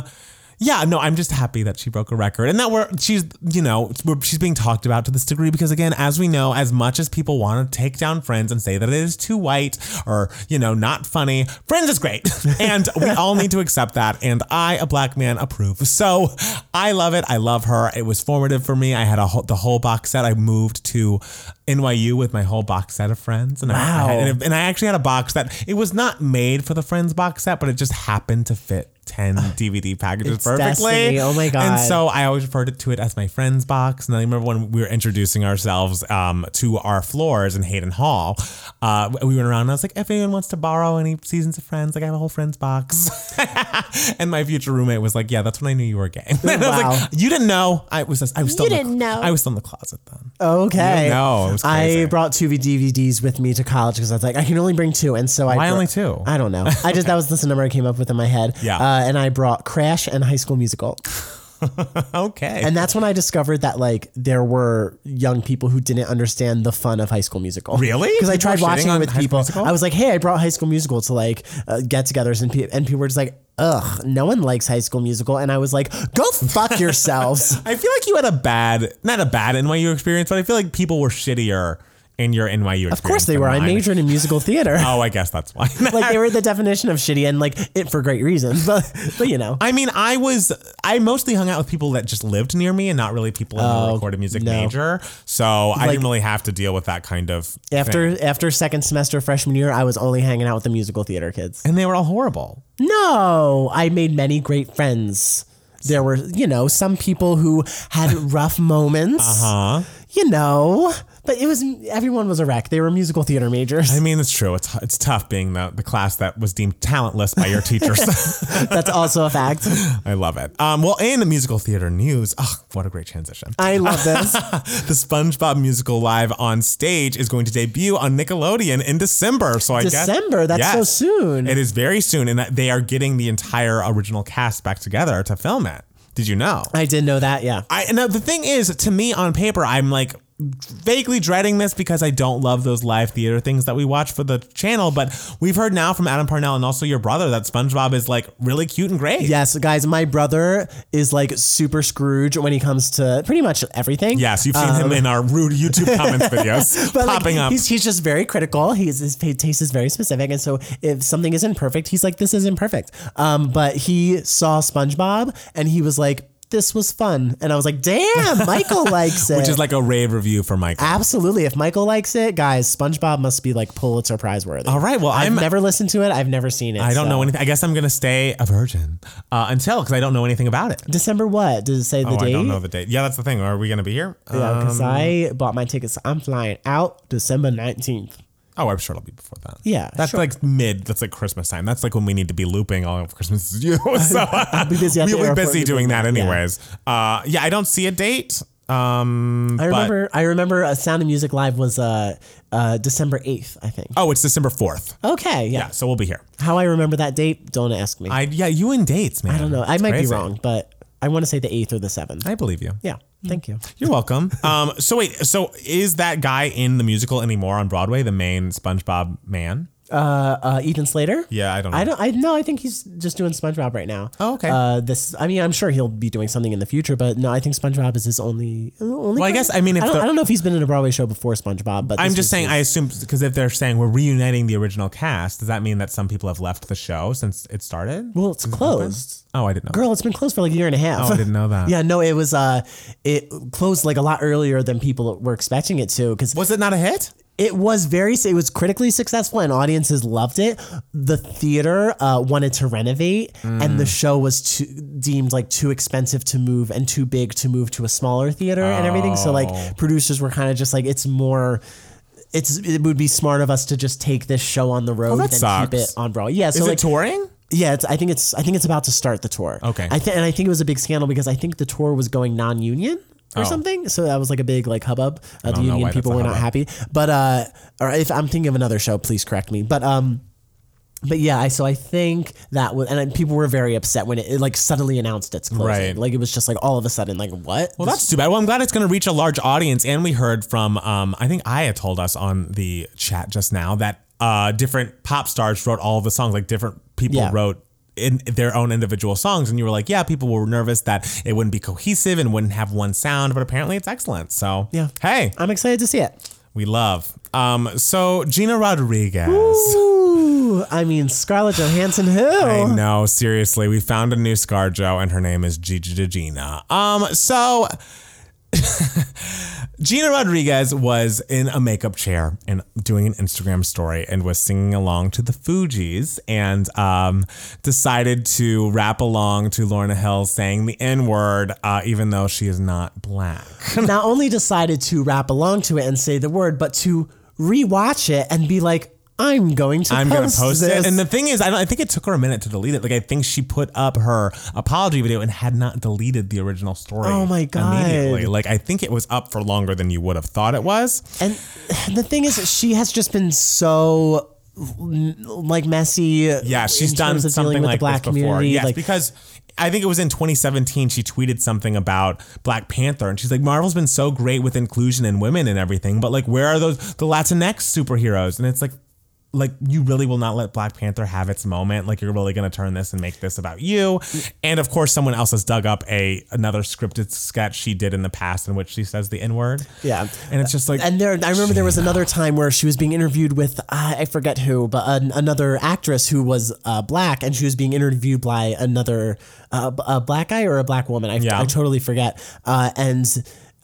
S2: yeah, no, I'm just happy that she broke a record and that we're she's you know we're, she's being talked about to this degree because again, as we know, as much as people want to take down Friends and say that it is too white or you know not funny, Friends is great, and we all need to accept that. And I, a black man, approve. So I love it. I love her. It was formative for me. I had a whole, the whole box set. I moved to NYU with my whole box set of Friends, and I-
S1: Wow.
S2: I, had- and, I actually had a box that it was not made for the Friends box set, but it just happened to fit. 10 DVD packages
S1: It's
S2: perfectly.
S1: destiny. Oh my God.
S2: And so I always referred to it as my friend's box. And I remember when we were introducing ourselves um, to our floors in Hayden Hall, uh, we went around and I was like, if anyone wants to borrow any seasons of Friends, like I have a whole friend's box. and my future roommate was like, yeah, that's when I knew you were gay. And I was
S1: Wow.
S2: like, you didn't know. I was, I was still
S3: You
S2: in the-
S3: didn't know.
S2: I was still in the closet then.
S1: okay.
S2: You know, it was
S1: I
S2: crazy.
S1: brought two DVDs with me to college because I was like, I can only bring two, and so I
S2: Why
S1: brought-
S2: only two?
S1: I don't know. I just that was just the number I came up with in my head. Uh,
S2: Yeah.
S1: and I brought Crash and High School Musical,
S2: Okay.
S1: and that's when I discovered that like there were young people who didn't understand the fun of High School Musical.
S2: Really?
S1: Because I
S2: People
S1: tried
S2: were shitting
S1: watching it
S2: on
S1: with
S2: High School
S1: people.
S2: Musical?
S1: I was like, hey, I brought High School Musical to like uh, get-togethers, and, pe- and people were just like, ugh, no one likes High School Musical, and I was like, go fuck yourselves.
S2: I feel like you had a bad, not a bad NYU experience, but I feel like people were shittier in your NYU experience.
S1: Of course they were. I majored in musical theater.
S2: Oh, I guess that's why.
S1: like they were the definition of shitty and like it for great reasons. But but you know.
S2: I mean, I was I mostly hung out with people that just lived near me and not really people in the recorded music
S1: Oh, no.
S2: major. So I didn't really have to deal with that kind of
S1: After
S2: thing.
S1: after second semester freshman year, I was only hanging out with the musical theater kids.
S2: and they were all horrible.
S1: No, I made many great friends. There were, you know, some people who had rough moments.
S2: Huh?
S1: You know, but it was everyone was a wreck. They were musical theater majors.
S2: I mean, it's true. It's it's tough being the, the class that was deemed talentless by your teachers.
S1: That's also a fact.
S2: I love it. Um, well, in the musical theater news, oh, what a great transition.
S1: I love this.
S2: the SpongeBob musical live on stage is going to debut on Nickelodeon in December. So I guess
S1: December, that's so soon.
S2: It is very soon, and that they are getting the entire original cast back together to film it. Did you know?
S1: I did know that, yeah.
S2: I now the thing is, to me on paper, I'm like vaguely dreading this because I don't love those live theater things that we watch for the channel. But we've heard now from Adam Parnell and also your brother that SpongeBob is like really cute and great.
S1: Yes, guys, my brother is like super Scrooge when he comes to pretty much everything.
S2: Yes, you've seen him in our rude YouTube comments videos
S1: Um, But like,
S2: popping up.
S1: He's, he's just very critical. He's, his pa- taste is very specific. And so if something isn't perfect, he's like, this isn't perfect. Um, but he saw SpongeBob and he was like, this was fun. And I was like, damn, Michael likes it.
S2: Which is like a rave review for Michael.
S1: Absolutely. If Michael likes it, guys, SpongeBob must be like Pulitzer Prize worthy.
S2: All right, well,
S1: I've
S2: I'm-
S1: never listened to it. I've never seen it.
S2: I don't
S1: so.
S2: know anything. I guess I'm gonna stay a virgin uh, until because I don't know anything about it.
S1: December what? Did it say the
S2: oh,
S1: date?
S2: I don't know the date. Yeah, that's the thing. Are we gonna be here? Uh,
S1: because I bought my tickets. I'm flying out December 19th.
S2: oh, I'm sure it'll be before that.
S1: Yeah,
S2: that's
S1: sure.
S2: like mid. That's like Christmas time. That's like when we need to be looping all of Christmas is you. so I'll
S1: be busy at the
S2: we'll
S1: airport
S2: be busy
S1: doing
S2: doing that anyways. Uh, yeah, I don't see a date. Um,
S1: I
S2: but-
S1: remember. I remember. Uh, Sound of Music Live was uh, uh, December eighth, I think.
S2: oh, it's December fourth.
S1: Okay, yeah.
S2: Yeah, so we'll be here.
S1: How I remember that date? Don't ask me. I,
S2: I yeah, you and dates, man. I
S1: don't know. I might be wrong, but I want to say the eighth or the seventh.
S2: I believe you.
S1: Yeah. Thank you.
S2: You're welcome. Um, so wait, so is that guy in the musical anymore on Broadway? The main SpongeBob man?
S1: Uh, uh, Ethan Slater.
S2: Yeah, I don't know.
S1: I don't. I no. I think he's just doing SpongeBob right now.
S2: Oh, okay.
S1: Uh, this. I mean, I'm sure he'll be doing something in the future, but no, I think SpongeBob is his only. only
S2: Well, I guess- I mean, if
S1: I don't,
S2: the-
S1: I don't know if he's been in a Broadway show before SpongeBob, but
S2: I'm
S1: this
S2: just
S1: was
S2: saying,
S1: his-
S2: I assume because if they're saying we're reuniting the original cast, does that mean that some people have left the show since it started?
S1: well, it's closed.
S2: Oh, I didn't know.
S1: Girl, it's been closed for like a year and a half.
S2: Oh, I didn't know that.
S1: yeah, no, it was. Uh, it closed like a lot earlier than people were expecting it to because
S2: Was it not a hit?
S1: it was very. It was critically successful and audiences loved it. The theater uh, wanted to renovate, and
S2: Mm.
S1: the show was too, deemed like too expensive to move and too big to move to a smaller theater and everything. So
S2: Oh.
S1: like producers were kind of just like, it's more. It's it would be smart of us to just take this show on the road
S2: Oh, that
S1: and
S2: sucks.
S1: keep it on Broadway. Yeah, so
S2: Is
S1: like
S2: it touring?
S1: yeah, it's, I think it's I think it's about to start the tour.
S2: Okay.
S1: I th- and I think it was a big scandal because I think the tour was going non-union or
S2: Oh.
S1: something, so that was like a big like hubbub. Uh, the
S2: don't know
S1: union
S2: why that's
S1: people
S2: a
S1: were not
S2: hubbub.
S1: happy, but uh, or if I'm thinking of another show, please correct me. But um, but yeah, I so I think that was and then people were very upset when it, it like suddenly announced it's closing.
S2: Right.
S1: Like it was just like all of a sudden like what?
S2: Well, that's too bad. Well, I'm glad it's going to reach a large audience. And we heard from, um, I think Aya told us on the chat just now that uh, different pop stars wrote all of the songs, like different people
S1: Yeah.
S2: wrote in their own individual songs. And you were like, yeah, people were nervous that it wouldn't be cohesive and wouldn't have one sound, but apparently it's excellent. So,
S1: Yeah.
S2: hey,
S1: I'm excited to see it.
S2: we love. Um, so, Gina Rodriguez.
S1: Ooh, I mean Scarlett Johansson who?
S2: I know, seriously. We found a new ScarJo and her name is Gigi Gina. Um, so Gina Rodriguez was in a makeup chair and doing an Instagram story and was singing along to the Fugees and um, decided to rap along to Lorna Hill saying the N word, uh, even though she is not black.
S1: not only decided to rap along to it and say the word, but to rewatch it and be like, I'm going to
S2: I'm
S1: post
S2: gonna post
S1: this.
S2: it. And the thing is, I, don't, I think it took her a minute to delete it. Like I think she put up her apology video and had not deleted the original story.
S1: Oh my God.
S2: Immediately, like I think it was up for longer than you would have thought it was.
S1: And the thing is, that she has just been so like messy.
S2: Yeah, she's
S1: in
S2: done
S1: terms of
S2: something
S1: dealing with
S2: like
S1: the black
S2: this before.
S1: community.
S2: Yes,
S1: like,
S2: because I think it was in 2017 she tweeted something about Black Panther, and she's like, "Marvel's been so great with inclusion and women and everything, but like, where are those the Latinx superheroes?" And it's like. Like you really will not let Black Panther have its moment. Like you're really gonna turn this and make this about you. And of course, someone else has dug up a another scripted sketch she did in the past in which she says the N word.
S1: Yeah.
S2: and it's just like
S1: and there, I remember there was another time where she was being interviewed with uh, I forget who, but an, another actress who was uh, black, and she was being interviewed by another uh, b- a black guy or a black woman. I,
S2: Yeah.
S1: I totally forget. Uh, and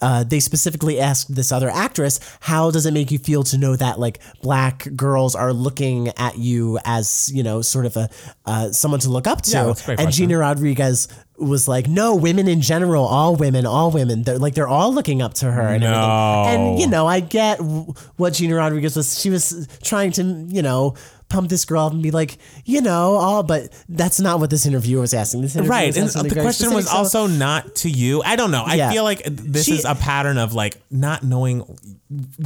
S1: uh, they specifically asked this other actress, "How does it make you feel to know that like black girls are looking at you as you know sort of a uh, someone to look up to?"
S2: Yeah, that's a great
S1: and
S2: question.
S1: Gina Rodriguez was like, "No, women in general, all women, all women, they're like they're all looking up to her." And everything.
S2: No.
S1: And you know, I get w- what Gina Rodriguez was. She was trying to, you know, pump this girl up and be like, you know, all. But that's not what this interviewer was asking. This interviewer
S2: right
S1: was
S2: and uh,
S1: asking
S2: the
S1: very
S2: question was
S1: specific- so-
S2: also not to you i don't know
S1: Yeah.
S2: i feel like this
S1: She-
S2: is a pattern of like not knowing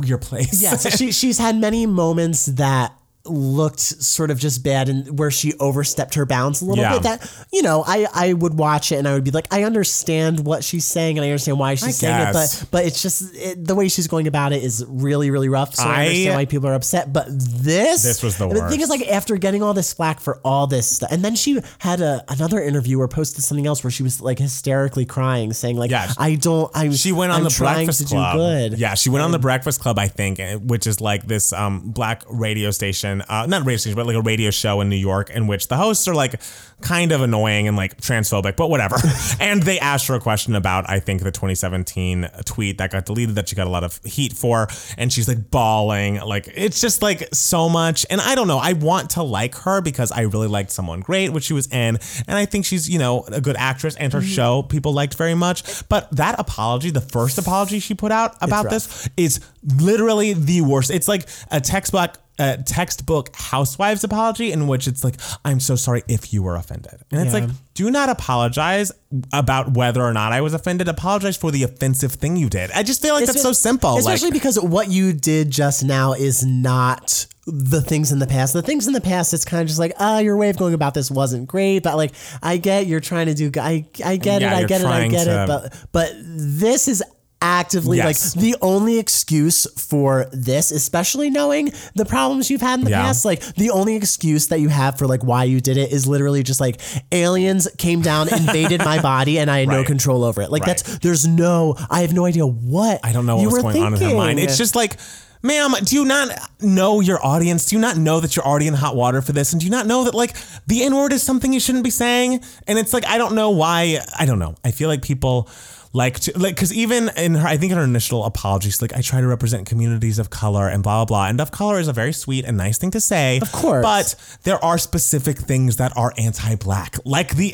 S2: your place
S1: Yeah, so she she's had many moments that looked sort of just bad and where she overstepped her bounds a little
S2: Yeah.
S1: bit that you know I I would watch it and I would be like I understand what she's saying and I understand why she's saying
S2: guess.
S1: it but but it's just it, the way she's going about it is really really rough so I,
S2: I-
S1: understand why people are upset but this
S2: This was the
S1: and the thing is
S2: worst.
S1: like after getting all this flack for all this stuff and then she had a another interviewer posted something else where she was like hysterically crying saying like
S2: Yeah.
S1: I don't I
S2: she went on
S1: I'm
S2: the
S1: trying
S2: breakfast
S1: to
S2: club
S1: do good
S2: yeah she went on the breakfast club i think eh, which is like this um, black radio station uh, not radio station but like a radio show in new york in which the hosts are like kind of annoying and like transphobic but whatever and they asked her a question about i think the 2017 tweet that got deleted that she got a lot of heat for and she's like bawling like it's just like so much and i don't know i want to like her because i really liked someone great which she was in and i think she's you know a good actress and her show people liked very much but that apology the first apology she put out about this is literally the worst it's like a textbook a textbook housewives apology in which it's like i'm so sorry if you were offended and it's
S1: Yeah.
S2: like do not apologize about whether or not i was offended apologize for the offensive thing you did i just feel like that's so
S1: Espe-
S2: simple like
S1: Especially because what you did just now is not the things in the past. The things in the past, it's kind of just like, ah, your way of going about this wasn't great, but like, I get you're trying to do, g- I, I get
S2: Yeah,
S1: it, I
S2: you're
S1: get it, I
S2: trying
S1: get
S2: to-
S1: it, but but this is actively
S2: Yes.
S1: like the only excuse for this, especially knowing the problems you've had in the
S2: Yeah.
S1: past. Like the only excuse that you have for like why you did it is literally just like aliens came down, invaded my body, and I had no
S2: Right.
S1: control over it. Like
S2: Right.
S1: that's there's no I have no idea what
S2: I don't know what
S1: you
S2: was
S1: were
S2: going on in her mind.
S1: thinking.
S2: It's just like, ma'am, do you not know your audience? Do you not know that you're already in hot water for this? And do you not know that like the N word is something you shouldn't be saying? And it's like I don't know why. I don't know. I feel like people like to like because even in her, I think in her initial apology, she's like, I try to represent communities of color and blah blah blah. And of color is a very sweet and nice thing to say, of
S1: course.
S2: but but there are specific things that are anti-black, like the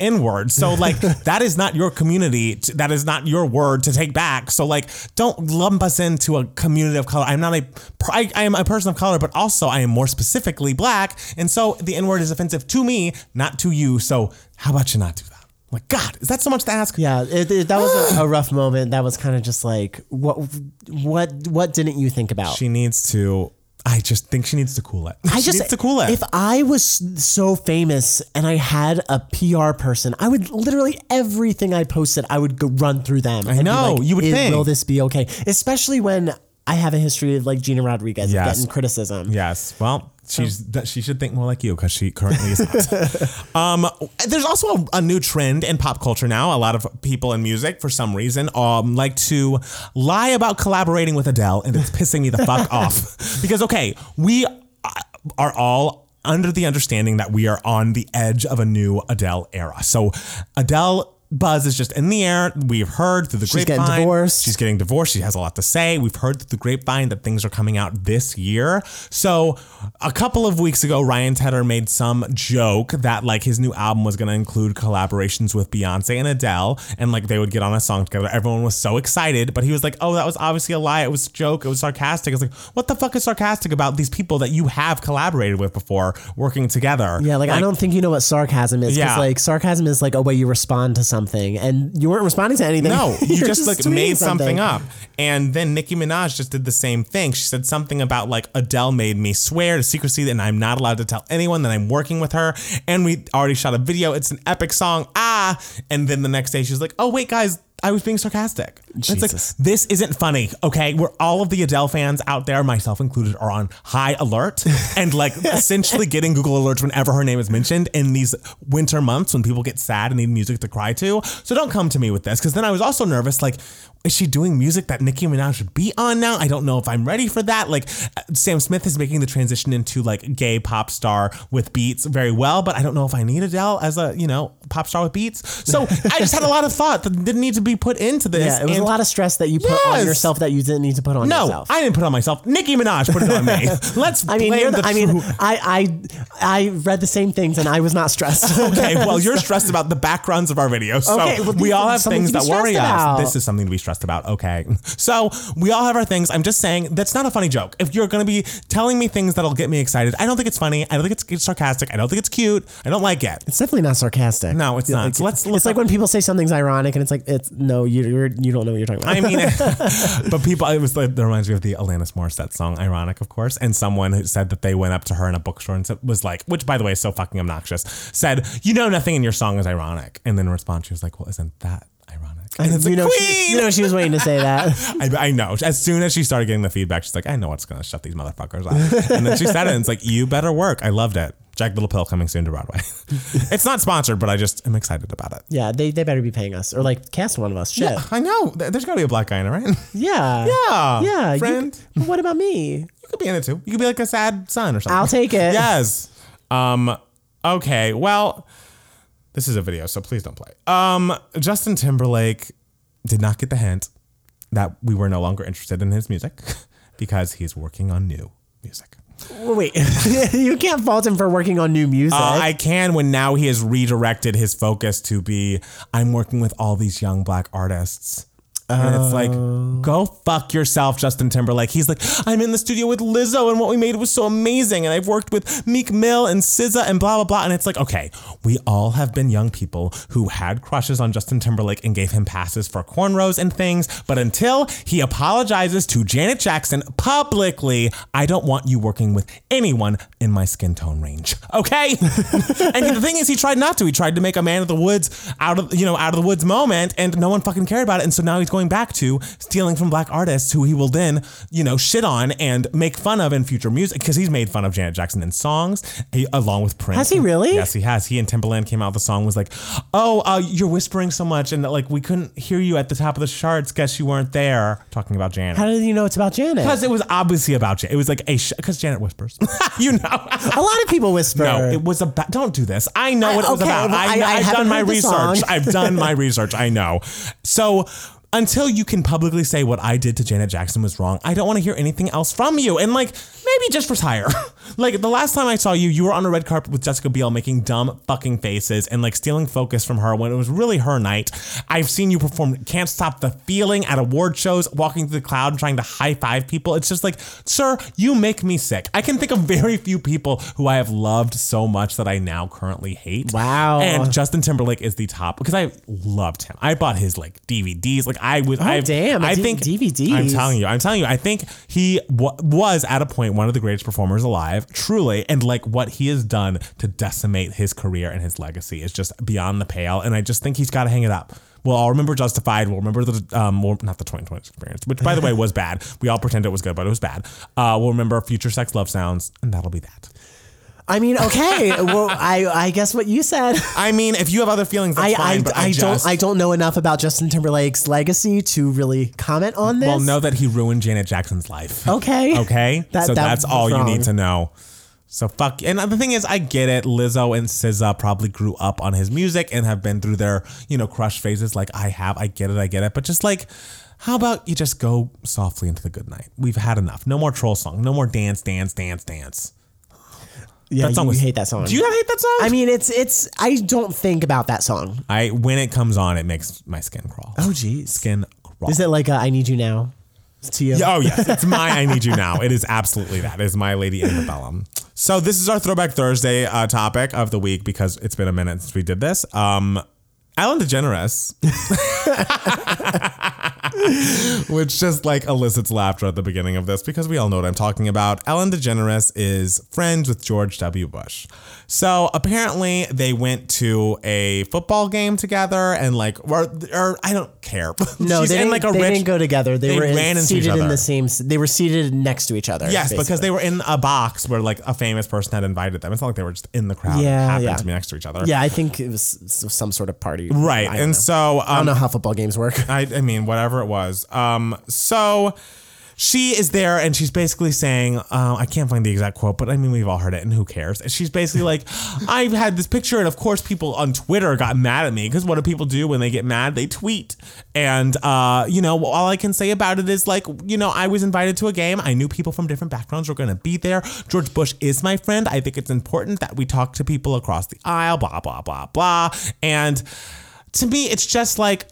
S2: N-word. So like that is not your community. t- that is not your word to take back. So like don't lump us into a community of color. I'm not a pr- I, I am a person of color, but also I am more specifically black. And so the N-word is offensive to me, not to you. So how about you not do that? Like God, is that so much to ask?
S1: Yeah, it, it, that was a, a rough moment. That was kind of just like what, what, what didn't you think about?
S2: She needs to. I just think she needs to cool it.
S1: I
S2: she
S1: just
S2: needs to cool it.
S1: If I was so famous and I had a PR person, I would literally everything I posted, I would go run through them. I
S2: know, you would think.
S1: Will this be okay? Especially when I have a history of like Gina Rodriguez
S2: Yes.
S1: getting criticism.
S2: Yes. Well, she's th- she should think more like you because she currently is not. um, there's also a, a new trend in pop culture now. A lot of people in music, for some reason, um, like to lie about collaborating with Adele, and it's pissing me the fuck off. Because okay, we uh, are all. Under the understanding that we are on the edge of a new Adele era. So, Adele buzz is just in the air. We've heard through the
S1: She's getting
S2: grapevine.
S1: divorced.
S2: She's getting divorced. She has a lot to say. We've heard through the grapevine that things are coming out this year. So, a couple of weeks ago, Ryan Tedder made some joke that like his new album was going to include collaborations with Beyonce and Adele, and like they would get on a song together. Everyone was so excited, but he was like, "Oh, that was obviously a lie. It was a joke. It was sarcastic." It's like, what the fuck is sarcastic about these people that you have collaborated with before working together?
S1: Yeah, like, I don't think you know what sarcasm is.
S2: Yeah.
S1: Because like sarcasm is like a way you respond to something, and you weren't responding to anything.
S2: No, you
S1: You're
S2: just, like
S1: tweeting
S2: made something. up. And then Nicki Minaj just did the same thing. She said something about like Adele made me swear to secrecy and I'm not allowed to tell anyone that I'm working with her. And we already shot a video. It's an epic song. Ah. And then the next day she's like, oh wait, guys. I was being sarcastic.
S1: Jesus.
S2: It's like this isn't funny, okay? We're all of the Adele fans out there, myself included, are on high alert and like essentially getting Google alerts whenever her name is mentioned in these winter months when people get sad and need music to cry to. So don't come to me with this because then I was also nervous. Like, is she doing music that Nicki Minaj should be on now? I don't know if I'm ready for that. Like, uh, Sam Smith is making the transition into like gay pop star with beats very well, but I don't know if I need Adele as a you know pop star with beats. So I just had a lot of thought that didn't need to be put into this.
S1: Yeah, it was
S2: and-
S1: a lot of stress that you put on
S2: Yes.
S1: yourself that you didn't need to put on
S2: no,
S1: yourself.
S2: I didn't put it on myself. Nicki Minaj put it on me. Let's
S1: I mean,
S2: blame
S1: you're
S2: the,
S1: the, I mean,
S2: true-
S1: I, I I read the same things and I was not stressed.
S2: Okay, well, you're stressed about the backgrounds of our videos. So
S1: Okay, well,
S2: we all have
S1: something
S2: things
S1: to be
S2: that worry
S1: stressed about.
S2: us. This is something to be stressed about. Okay. So we all have our things. I'm just saying that's not a funny joke. If you're going to be telling me things that'll get me excited, I don't think it's funny. I don't think it's, it's sarcastic. I don't think it's cute. I don't like it.
S1: It's definitely not sarcastic.
S2: No, it's not. So let's, let's
S1: It's like when people say something's ironic and it's like it's no, you you're, you don't know what you're talking about.
S2: I mean, but people, it was like, that reminds me of the Alanis Morissette song, ironic, of course. And someone who said that they went up to her in a bookstore and said, was like, which by the way is so fucking obnoxious, said, you know, nothing in your song is ironic. And then in response, she was like, well, isn't that ironic? And it's
S1: you
S2: like,
S1: know,
S2: queen!
S1: She, you know, she was waiting to say that.
S2: I, I know. As soon as she started getting the feedback, she's like, I know what's going to shut these motherfuckers up. And then she said it, and it's like, you better work. I loved it. Jack Little Pill coming soon to Broadway. it's not sponsored, but I just am excited about it.
S1: Yeah, they, they better be paying us or like cast one of us. Shit.
S2: I know. There- There's got to be a black guy in it, right?
S1: Yeah.
S2: Yeah.
S1: Yeah. you-
S2: Friend.
S1: but what about me?
S2: You could be in it too. You could be like a sad son or something.
S1: I'll take it.
S2: yes. Um. Okay. Well, this is a video, so please don't play. Um. Justin Timberlake did not get the hint that we were no longer interested in his music because he's working on new music.
S1: Well, wait, you can't fault him for working on new music.
S2: Uh, I can when now he has redirected his focus to be I'm working with all these young black artists. And it's like, go fuck yourself, Justin Timberlake. He's like, I'm in the studio with Lizzo, and what we made was so amazing. And I've worked with Meek Mill and SZA and blah blah blah. And it's like, okay, we all have been young people who had crushes on Justin Timberlake and gave him passes for cornrows and things. But until he apologizes to Janet Jackson publicly, I don't want you working with anyone in my skin tone range. Okay? and the thing is he tried not to. He tried to make a man of the woods out of you know, out of the woods moment and no one fucking cared about it. And so now he's going going back to stealing from black artists who he will then, you know, shit on and make fun of in future music because he's made fun of Janet Jackson in songs he- along with Prince.
S1: Has he really?
S2: Yes, he has. He and Timbaland came out with the song was like, "Oh, uh, you're whispering so much and like we couldn't hear you at the top of the charts. Guess you weren't there." Talking about Janet.
S1: How did you know it's about Janet?
S2: because it was obviously about Janet. It was like a because Janet whispers, you know.
S1: A lot of people whisper.
S2: No, it was about. Don't do this. I know what it was
S1: okay,
S2: about.
S1: well,
S2: I,
S1: I- I
S2: have
S1: haven't
S2: done my
S1: heard the
S2: research.
S1: song.
S2: I've done my research. I know. So until you can publicly say what I did to Janet Jackson was wrong, I don't want to hear anything else from you. And like, maybe just retire. like the last time I saw you, you were on a red carpet with Jessica Biel making dumb fucking faces and like stealing focus from her when it was really her night. I've seen you perform Can't Stop the Feeling at award shows, walking through the cloud and trying to high five people. It's just like, sir, you make me sick. I can think of very few people who I have loved so much that I now currently hate.
S1: Wow.
S2: And Justin Timberlake is the top because I loved him. I bought his like DVDs. Like I was. I
S1: Oh, damn, a
S2: I
S1: D-
S2: think
S1: DVDs.
S2: I'm telling you. I'm telling you. I think he wa was at a point one of the greatest performers alive, truly. And like what he has done to decimate his career and his legacy is just beyond the pale. And I just think he's got to hang it up. Well, I'll remember Justified. We'll remember the um, well, not the 2020 experience, which by the way was bad. We all pretend it was good, but it was bad. Uh, we'll remember Future Sex Love Sounds, and that'll be that.
S1: I mean, okay. well, I I guess what you said.
S2: I mean, if you have other feelings, that's
S1: I
S2: fine.
S1: I,
S2: but
S1: I,
S2: just-
S1: don't I don't know enough about Justin Timberlake's legacy to really comment on this.
S2: Well, know that he ruined Janet Jackson's life.
S1: Okay.
S2: Okay.
S1: That-
S2: so
S1: that
S2: that's
S1: was
S2: all
S1: wrong.
S2: you need to know. So fuck. And the thing is, I get it. Lizzo and SZA probably grew up on his music and have been through their, you know, crush phases like I have. I get it. I get it. But just like, how about you just go softly into the good night? We've had enough. No more troll song. No more dance, dance, dance, dance.
S1: Yeah,
S2: That song
S1: you
S2: was-
S1: hate that song.
S2: Do you not hate that song?
S1: I mean, it's it's. I don't think about that song.
S2: I when it comes on, it makes my skin crawl.
S1: Oh, jeez.
S2: Skin crawl.
S1: Is it like a, I need you now? To you.
S2: Yeah, Oh yes, it's my "I Need You Now." It is absolutely that. It is my Lady Antebellum. So this is our Throwback Thursday uh, topic of the week because it's been a minute since we did this. Um, Ellen DeGeneres, which just like elicits laughter at the beginning of this because we all know what I'm talking about. Ellen DeGeneres is friends with George W. Bush. So apparently they went to a football game together and like, or, or I don't care.
S1: No,
S2: She's
S1: they,
S2: in
S1: didn't,
S2: like a
S1: they
S2: rich
S1: didn't go together. They,
S2: they
S1: were in-
S2: ran into each
S1: seated in
S2: other.
S1: the same. They were seated next to each other.
S2: Yes,
S1: basically.
S2: because they were in a box where like a famous person had invited them. It's not like they were just in the crowd.
S1: Yeah,
S2: and happened
S1: yeah.
S2: to be next to each other.
S1: Yeah, I think it was s- some sort of party.
S2: Right.
S1: I don't
S2: and
S1: know.
S2: so um,
S1: I don't know how football games work.
S2: I, I mean, whatever it was. Um, so she is there and she's basically saying, uh, I can't find the exact quote, but I mean, we've all heard it and who cares? And she's basically like, I've had this picture. And of course, people on Twitter got mad at me because what do people do when they get mad? They tweet. And, uh, you know, all I can say about it is like, you know, I was invited to a game. I knew people from different backgrounds were going to be there. George Bush is my friend. I think it's important that we talk to people across the aisle, blah, blah, blah, blah. And to me, it's just like,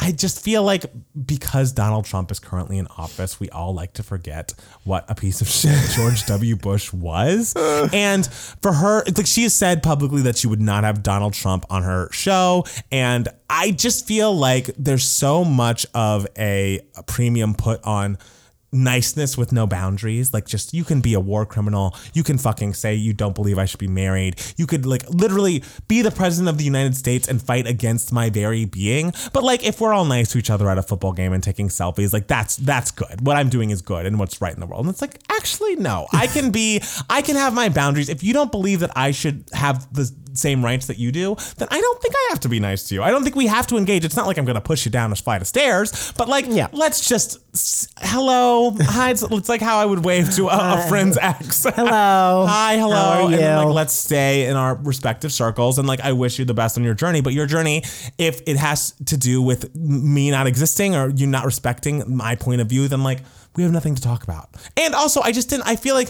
S2: I just feel like because Donald Trump is currently in office, we all like to forget what a piece of shit George W. Bush was. And for her, it's like she has said publicly that she would not have Donald Trump on her show. And I just feel like there's so much of a a premium put on niceness with no boundaries like just you can be a war criminal you can fucking say you don't believe i should be married you could like literally be the president of the united states and fight against my very being but like if we're all nice to each other at a football game and taking selfies like that's that's good what i'm doing is good and what's right in the world and it's like actually no i can be i can have my boundaries if you don't believe that i should have the same rights that you do then i don't think i have to be nice to you i don't think we have to engage it's not like i'm gonna push you down a flight of stairs but like
S1: Yeah.
S2: let's just s- hello hi it's, it's like how i would wave to a, a friend's ex
S1: Hello.
S2: hi hello
S1: How are
S2: and then,
S1: you?
S2: like let's stay in our respective circles and like i wish you the best on your journey but your journey if it has to do with me not existing or you not respecting my point of view then like we have nothing to talk about and also i just didn't i feel like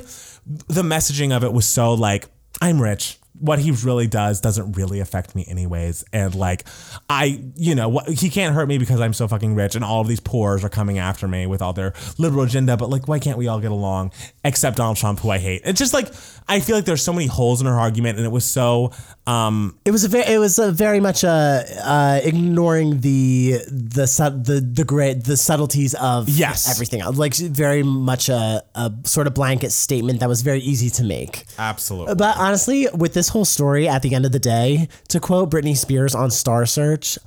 S2: the messaging of it was so like i'm rich what he really does doesn't really affect me anyways and like i you know what he can't hurt me because i'm so fucking rich and all of these poors are coming after me with all their liberal agenda but like why can't we all get along except donald trump who i hate it's just like i feel like there's so many holes in her argument and it was so um
S1: It was a very, it was a very much a uh, ignoring the the sub, the the great the subtleties of
S2: Yes.
S1: everything else. like very much a, a sort of blanket statement that was very easy to make.
S2: absolutely
S1: But honestly, with this whole story, at the end of the day, to quote Britney Spears on Star Search,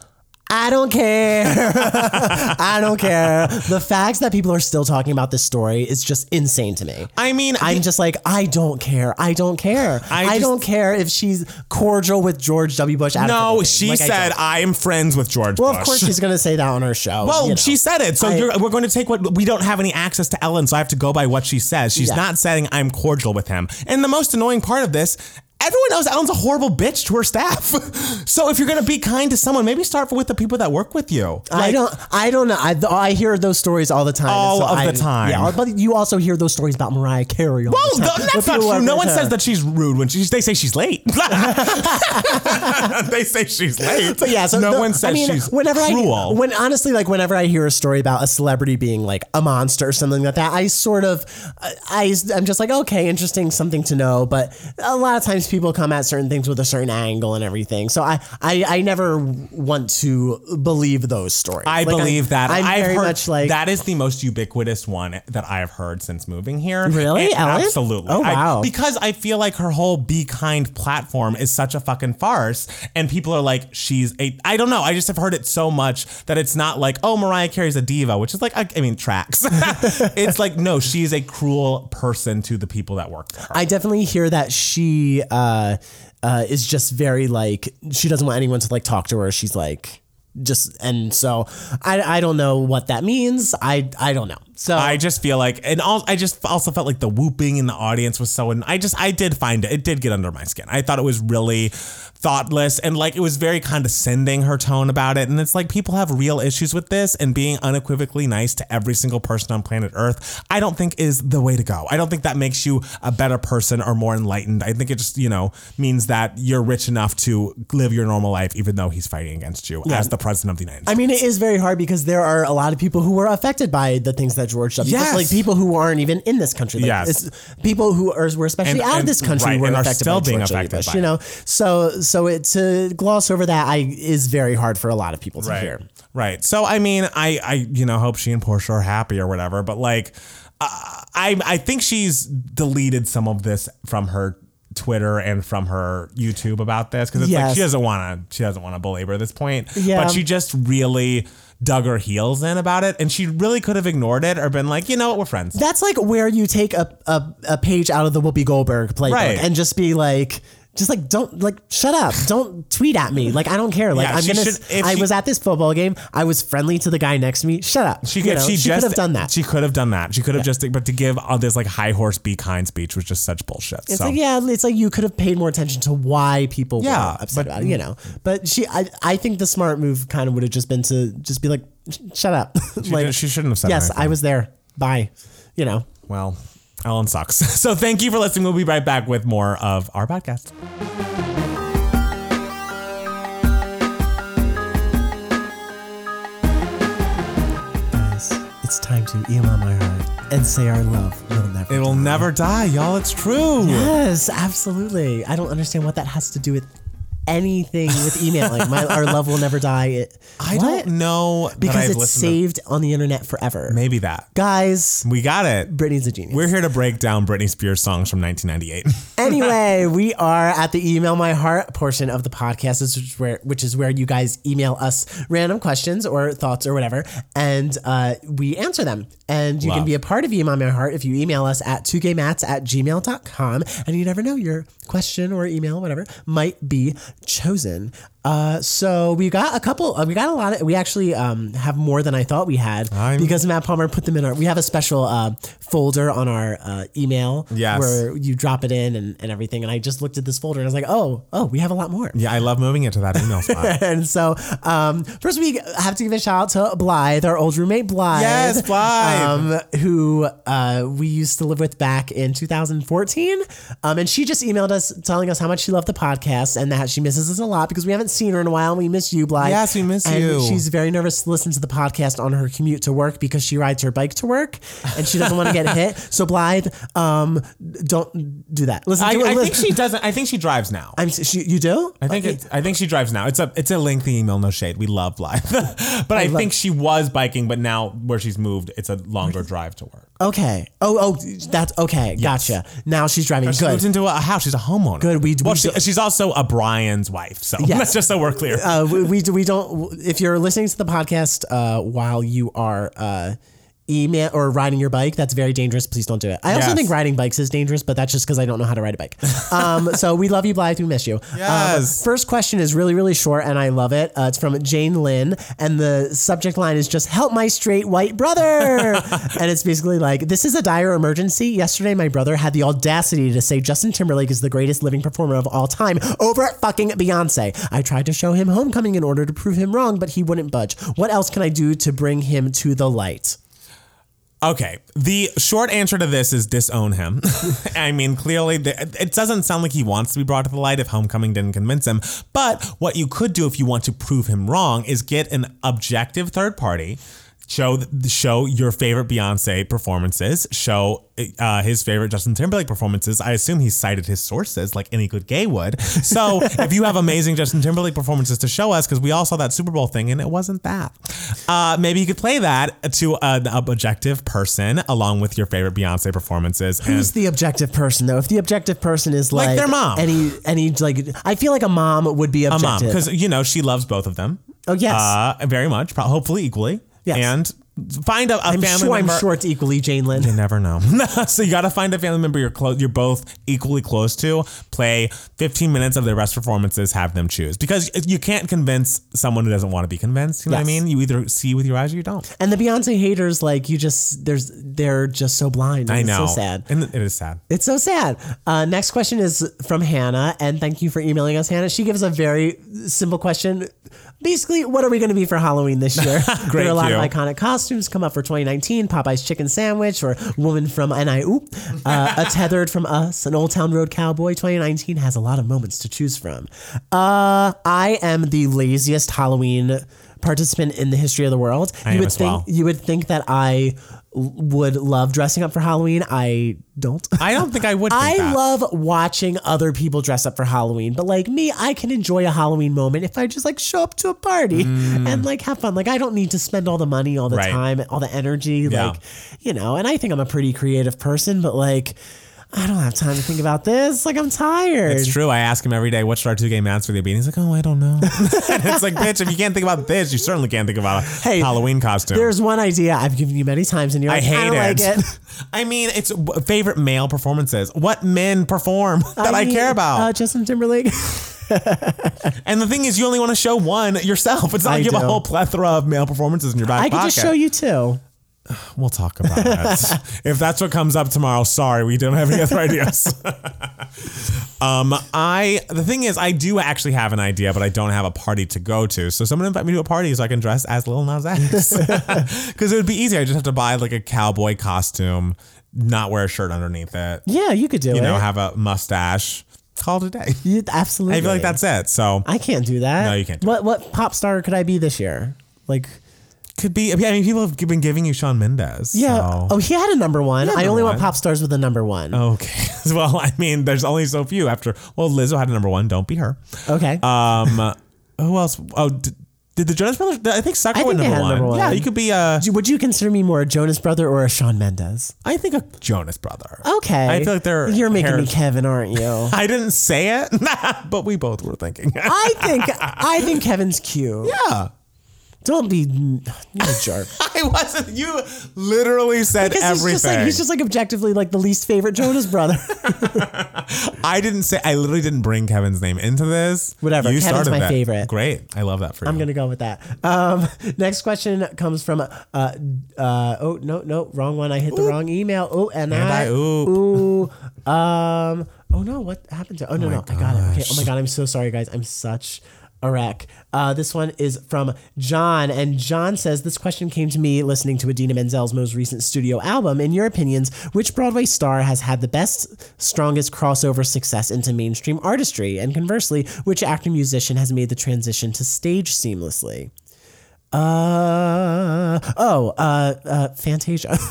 S1: I don't care. I don't care. The fact that people are still talking about this story is just insane to me.
S2: I mean,
S1: I'm just like, I don't care. I don't care. I,
S2: I just-
S1: don't care if she's cordial with George W. Bush. at a football
S2: no,
S1: game.
S2: she
S1: Like, I
S2: said
S1: don't.
S2: I am friends with George
S1: well,
S2: Bush.
S1: of course she's going to say that on her show.
S2: Well,
S1: you know.
S2: she said it, so
S1: I-
S2: you're, we're going to take what we don't have any access to Ellen, so I have to go by what she says. She's
S1: Yeah.
S2: not saying I'm cordial with him. And the most annoying part of this, everyone knows Ellen's a horrible bitch to her staff. so if you're going to be kind to someone, maybe start with the people that work with you.
S1: I don't. I don't know. I, I hear those stories all the time.
S2: All
S1: so
S2: of the
S1: I'm-
S2: time.
S1: Yeah, but you also hear those stories about Mariah Carey. All
S2: Oh,
S1: the time.
S2: no, that's
S1: Where
S2: not
S1: people
S2: true.
S1: are
S2: No
S1: like
S2: one
S1: her.
S2: says that she's rude when she, they say she's late. they say she's late.
S1: But yeah, so
S2: no
S1: the-
S2: one says
S1: I mean,
S2: she's
S1: whenever
S2: cruel.
S1: I when honestly, like whenever I hear a story about a celebrity being like a monster or something like that, I sort of, I I'm just like, okay, interesting, something to know. But a lot of times people come at certain things with a certain angle and everything. So I I, I never want to believe those stories.
S2: I
S1: Like,
S2: believe that.
S1: I'm
S2: I've
S1: very
S2: heard
S1: much like
S2: that is the most ubiquitous one that I have heard since moving here.
S1: Really?
S2: And
S1: Ellen?
S2: Absolutely.
S1: Oh,
S2: I-
S1: wow.
S2: because I feel like her whole be kind platform is such a fucking farce, and people are like, she's a. I don't know. I just have heard it so much that it's not like, oh, Mariah Carey's a diva, which is like, I, I mean, tracks. it's like, no, she's a cruel person to the people that work for her.
S1: I definitely hear that she uh, uh, is just very like she doesn't want anyone to like talk to her. She's like just and so I I don't know what that means. I I don't know. So
S2: I just feel like, and all, I just also felt like the whooping in the audience was so. And I just, I did find it. It did get under my skin. I thought it was really thoughtless and like it was very condescending her tone about it. And it's like people have real issues with this, and being unequivocally nice to every single person on planet Earth, I don't think is the way to go. I don't think that makes you a better person or more enlightened. I think it just, you know, means that you're rich enough to live your normal life, even though he's fighting against you as the president of the United States.
S1: I mean, it is very hard because there are a lot of people who were affected by the things that George W. Bush-
S2: Yes.
S1: like people who aren't even in this country. Like,
S2: Yes.
S1: it's- people who are were especially
S2: And-
S1: out of
S2: and-
S1: this country
S2: right,
S1: were
S2: and are
S1: affected
S2: still
S1: by
S2: being
S1: George
S2: affected
S1: W. Bush.
S2: by
S1: You
S2: it.
S1: know, so so it to gloss over that I is very hard for a lot of people to
S2: right.
S1: hear.
S2: Right. So I mean, I I you know hope she and Portia are happy or whatever, but like, uh, I I think she's deleted some of this from her. Twitter and from her YouTube about this because it's like
S1: Yes.
S2: she doesn't want to she doesn't want to belabor this point
S1: Yeah.
S2: but she just really dug her heels in about it and she really could have ignored it or been like you know what we're friends
S1: That's like where you take a, a, a page out of the Whoopi Goldberg playbook
S2: Right.
S1: and just be like, just like don't like shut up, don't tweet at me. Like I don't care. Like
S2: Yeah,
S1: I'm
S2: she
S1: gonna.
S2: should- if
S1: I
S2: she-
S1: was at this football game. I was friendly to the guy next to me. Shut up.
S2: She,
S1: You
S2: could
S1: know,
S2: she,
S1: she
S2: just,
S1: could have done that.
S2: She could have done that. She could have just, but to give all this like high horse, be kind speech was just such bullshit.
S1: it's
S2: so.
S1: like yeah, it's like you could have paid more attention to why people
S2: Yeah,
S1: were upset about it, you know. But she, I, I think the smart move kind of would have just been to just be like, "Sh- shut up.
S2: she,
S1: like
S2: didn't- she shouldn't have said
S1: yes,
S2: anything.
S1: I was there. Bye. You know.
S2: Well, Ellen sucks. So thank you for listening. We'll be right back with more of our podcast.
S1: Guys, it's time to email my heart and say our love will never.
S2: It will never die, y'all. It's true.
S1: Yes, absolutely. I don't understand what that has to do with anything with emailing. My, our love will never die. It,
S2: I
S1: What?
S2: don't know that I've
S1: because it's
S2: listened to-
S1: saved on the internet forever.
S2: maybe that.
S1: Guys,
S2: We got it.
S1: Brittany's a genius.
S2: We're here to break down Britney Spears songs from 1998.
S1: anyway, we are at the email my heart portion of the podcast, which is where which is where you guys email us random questions or thoughts or whatever, and uh, we answer them. And you can
S2: Love.
S1: be a part of email my heart if you email us at 2gaymats at gmail.com. And you never know, your question or email, whatever, might be chosen. Uh, so we got a couple. Uh, we got a lot of. We actually um, have more than I thought we had
S2: I'm-
S1: because Matt Palmer put them in our. We have a special uh, folder on our uh, email
S2: Yes.
S1: where you drop it in and, and everything. And I just looked at this folder and I was like, oh, oh, we have a lot more.
S2: yeah, I love moving it to that email spot.
S1: And so, um, first we have to give a shout out to Blythe, our old roommate Blythe.
S2: Yes, Blythe.
S1: Um, who uh, we used to live with back in 2014. Um, and she just emailed us telling us how much she loved the podcast and that she misses us a lot because we haven't seen her in a while and we miss you, Blythe.
S2: Yes, we miss
S1: And
S2: you.
S1: She's very nervous to listen to the podcast on her commute to work because she rides her bike to work and she doesn't want to get hit. So, Blythe, um, don't do that. Listen
S2: I,
S1: to it.
S2: I
S1: Listen-
S2: think she doesn't. I think she drives now.
S1: I'm, she, you do?
S2: I think it's, I think she drives now. It's a it's a lengthy email, no shade. We love life, but I, think she was biking, but now where she's moved, it's a longer drive to work.
S1: Okay. Oh, oh, that's okay. Gotcha. Now she's driving.
S2: She moved
S1: Good.
S2: into a house. She's a homeowner.
S1: Good, we-
S2: well,
S1: we
S2: she,
S1: do-
S2: she's also a Brian's wife. So that's just so we're clear.
S1: Uh, we, we we don't. If you're listening to the podcast uh, while you are uh, email or riding your bike, that's very dangerous. Please don't do it. I also
S2: Yes.
S1: think riding bikes is dangerous, but that's just because I don't know how to ride a bike. Um, so we love you, Blythe. We miss you. Um,
S2: Yes.
S1: first question is really really short, and I love it. Uh, it's from Jane Lynn, and the subject line is just "Help my straight white brother," and it's basically like this is a dire emergency. Yesterday, my brother had the audacity to say Justin Timberlake is the greatest living performer of all time over at fucking Beyonce. I tried to show him Homecoming in order to prove him wrong, but he wouldn't budge. What else can I do to bring him to the light?
S2: Okay. The short answer to this is disown him. I mean, clearly, th- it doesn't sound like he wants to be brought to the light if Homecoming didn't convince him. But what you could do if you want to prove him wrong is get an objective third party. Show th- show your favorite Beyonce performances. Show uh, his favorite Justin Timberlake performances. I assume he cited his sources like any good gay would. So if you have amazing Justin Timberlake performances to show us, because we all saw that Super Bowl thing and it wasn't that, uh, maybe you could play that to an objective person along with your favorite Beyonce performances. And
S1: Who's the objective person though? If the objective person is like,
S2: Like their mom.
S1: any any like, I feel like a mom would be
S2: a mom,
S1: objective.
S2: because you know she loves both of them.
S1: Oh, yes.
S2: uh, very much. Pro- hopefully equally.
S1: Yes.
S2: And find a, a
S1: I'm
S2: family
S1: sure
S2: member.
S1: I'm sure it's equally Jane Lynn.
S2: You never know. so you got to find a family member you're close, you're both equally close to. Play 15 minutes of their best performances. Have them choose because you can't convince someone who doesn't want to be convinced. You know
S1: Yes.
S2: what I mean? You either see with your eyes or you don't.
S1: And the Beyonce haters, like you just there's they're just so blind.
S2: I
S1: it's
S2: know.
S1: so sad.
S2: and it is sad.
S1: It's so sad. Uh, next question is from Hannah, and thank you for emailing us, Hannah. She gives a very simple question. Basically, what are we going to be for Halloween this year?
S2: Great
S1: there are a lot of
S2: cue.
S1: iconic costumes come up for 2019: Popeye's chicken sandwich, or woman from NIU, uh, a tethered from us, an Old Town Road cowboy. 2019 has a lot of moments to choose from. Uh, I am the laziest Halloween participant in the history of the world.
S2: I
S1: you
S2: am
S1: would
S2: as
S1: think
S2: well.
S1: you would think that I l- would love dressing up for Halloween. I don't.
S2: I don't think I would. Think
S1: I
S2: that.
S1: love watching other people dress up for Halloween, but like me, I can enjoy a Halloween moment if I just like show up to a party and like have fun. Like I don't need to spend all the money all the
S2: Mm. Right.
S1: time, all the energy,
S2: Yeah.
S1: like you know. And I think I'm a pretty creative person, but like I don't have time to think about this. Like I'm tired.
S2: It's true. I ask him every day, "What's our two game answer to be?" And he's like, "Oh, I don't know." And it's like, bitch, if you can't think about this, you certainly can't think about a
S1: Hey,
S2: Halloween costume.
S1: There's one idea I've given you many times, and you're
S2: I
S1: like, I,
S2: hate
S1: don't
S2: it.
S1: like it.
S2: I mean, it's w- favorite male performances. What men perform that I,
S1: mean,
S2: care about.
S1: uh, Justin Timberlake.
S2: and the thing is, you only want to show one yourself. It's not
S1: I
S2: like you have
S1: do.
S2: a whole plethora of male performances in your back
S1: I could
S2: pocket.
S1: just show you two.
S2: We'll talk about it. if that's what comes up tomorrow, sorry, we don't have any other ideas. um, I the thing is, I do actually have an idea, but I don't have a party to go to. So someone invite me to a party so I can dress as Lil Nas X because it would be easy. I just have to buy like a cowboy costume, not wear a shirt underneath it.
S1: Yeah, you could do it.
S2: You know, have a mustache. Call it a day.
S1: You- absolutely.
S2: I feel like that's it. So
S1: I can't do that.
S2: No, you can't do
S1: What what pop star could I be this year? Like
S2: could be. I mean, people have been giving you Sean Mendes.
S1: yeah.
S2: so-
S1: Oh, he had a number one. Oh. I
S2: number
S1: only want
S2: one.
S1: pop stars with a number one.
S2: Okay. Well, I mean, there's only so few after. Well, Lizzo had a number one. Don't be her.
S1: okay.
S2: Um, who else? Oh, did, did the Jonas Brothers? I think Sucker
S1: I
S2: went
S1: think they
S2: number,
S1: had
S2: one.
S1: number one.
S2: Yeah, you could be a.
S1: Do- Would you consider me more a Jonas brother or a Sean Mendes?
S2: I think a Jonas brother.
S1: Okay.
S2: I feel like they're.
S1: You're making me
S2: hairs-
S1: Kevin, aren't you?
S2: I didn't say it, but we both were thinking.
S1: I think I think Kevin's cute.
S2: yeah.
S1: Don't be you're a jerk.
S2: I wasn't. You literally said
S1: Because
S2: everything.
S1: he's just like he's just like objectively like the least favorite Jonas brother.
S2: I didn't say. I literally didn't bring Kevin's name into this.
S1: Whatever,
S2: You
S1: Kevin's
S2: started
S1: my
S2: that.
S1: favorite.
S2: Great. I love that for you.
S1: I'm gonna go with that. Um, next question comes from uh, uh, oh no no wrong one. I hit the wrong email. Oh and,
S2: And I oop.
S1: ooh um oh no what happened to oh no no I got it. Okay oh my god I'm so sorry guys I'm such a wreck. Uh, this one is from John, and John says this question came to me listening to Adina Menzel's most recent studio album. In your opinions, which Broadway star has had the best, strongest crossover success into mainstream artistry, and conversely, which actor musician has made the transition to stage seamlessly? Uh oh, uh, uh Fantasia.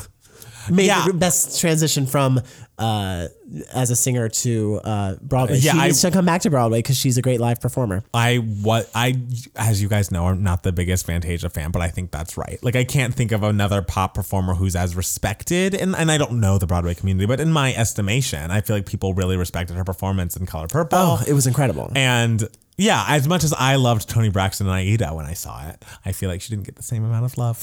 S1: Made
S2: Yeah.
S1: the best transition from uh, as a singer to uh, Broadway.
S2: Yeah,
S1: she
S2: I-
S1: needs to come back to Broadway because she's a great live performer.
S2: I what I as you guys know, I'm not the biggest Fantasia fan, but I think that's right. Like I can't think of another pop performer who's as respected, and and I don't know the Broadway community, but in my estimation, I feel like people really respected her performance in Color Purple.
S1: Oh, it was incredible.
S2: And yeah, as much as I loved Tony Braxton and Aida when I saw it, I feel like she didn't get the same amount of love.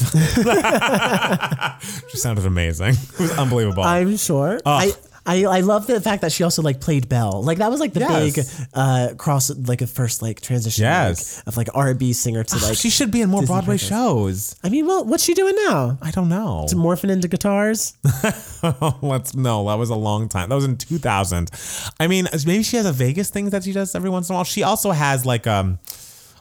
S2: she sounded amazing. It was unbelievable.
S1: I'm sure. I, I I love the fact that she also like played Belle. Like that was like the
S2: Yes.
S1: big uh cross like a first like transition
S2: Yes. Ah,
S1: like, of like R and B singer to like
S2: she should be in more Broadway
S1: Princess.
S2: shows.
S1: I mean, well, what's she doing now?
S2: I don't know.
S1: Morphing into guitars?
S2: Let's no. That was a long time. That was in 2000. I mean, uh, maybe she has a Vegas thing that she does every once in a while. She also has like um,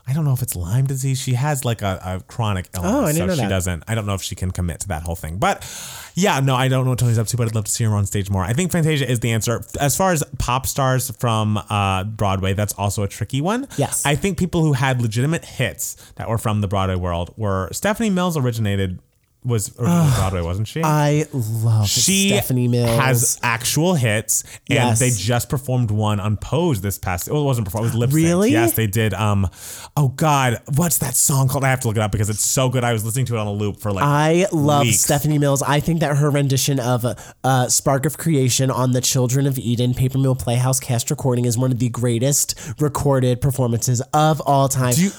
S2: I don't know if it's Lyme disease. She has like a, a chronic illness,
S1: Oh, I didn't
S2: so
S1: know
S2: she
S1: that.
S2: doesn't. I don't know if she can commit to that whole thing. But yeah, no, I don't know what Tony's up to, but I'd love to see her on stage more. I think Fantasia is the answer as far as pop stars from uh, Broadway. That's also a tricky one.
S1: Yes.
S2: I think people who had legitimate hits that were from the Broadway world were Stephanie Mills originated. Was originally Broadway, wasn't she?
S1: I love
S2: she
S1: Stephanie Mills.
S2: has actual hits, and
S1: Yes.
S2: they just performed one on Pose this past. Well, it wasn't performed. It was lip sync.
S1: Really?
S2: Yes, they did. Um, oh God, what's that song called? I have to look it up because it's so good. I was listening to it on a loop for like.
S1: I love
S2: weeks.
S1: Stephanie Mills. I think that her rendition of uh, Spark of Creation on the Children of Eden Paper Mill Playhouse cast recording is one of the greatest recorded performances of all time.
S2: do you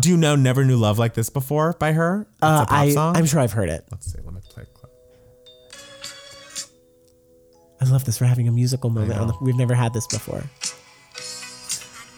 S2: do you know "Never Knew Love Like This Before" by her? It's
S1: Uh,
S2: a pop
S1: I,
S2: song.
S1: I'm sure I've heard it.
S2: Let's see. Let me play. a clip.
S1: I love this. We're having a musical moment. On the, we've never had this before.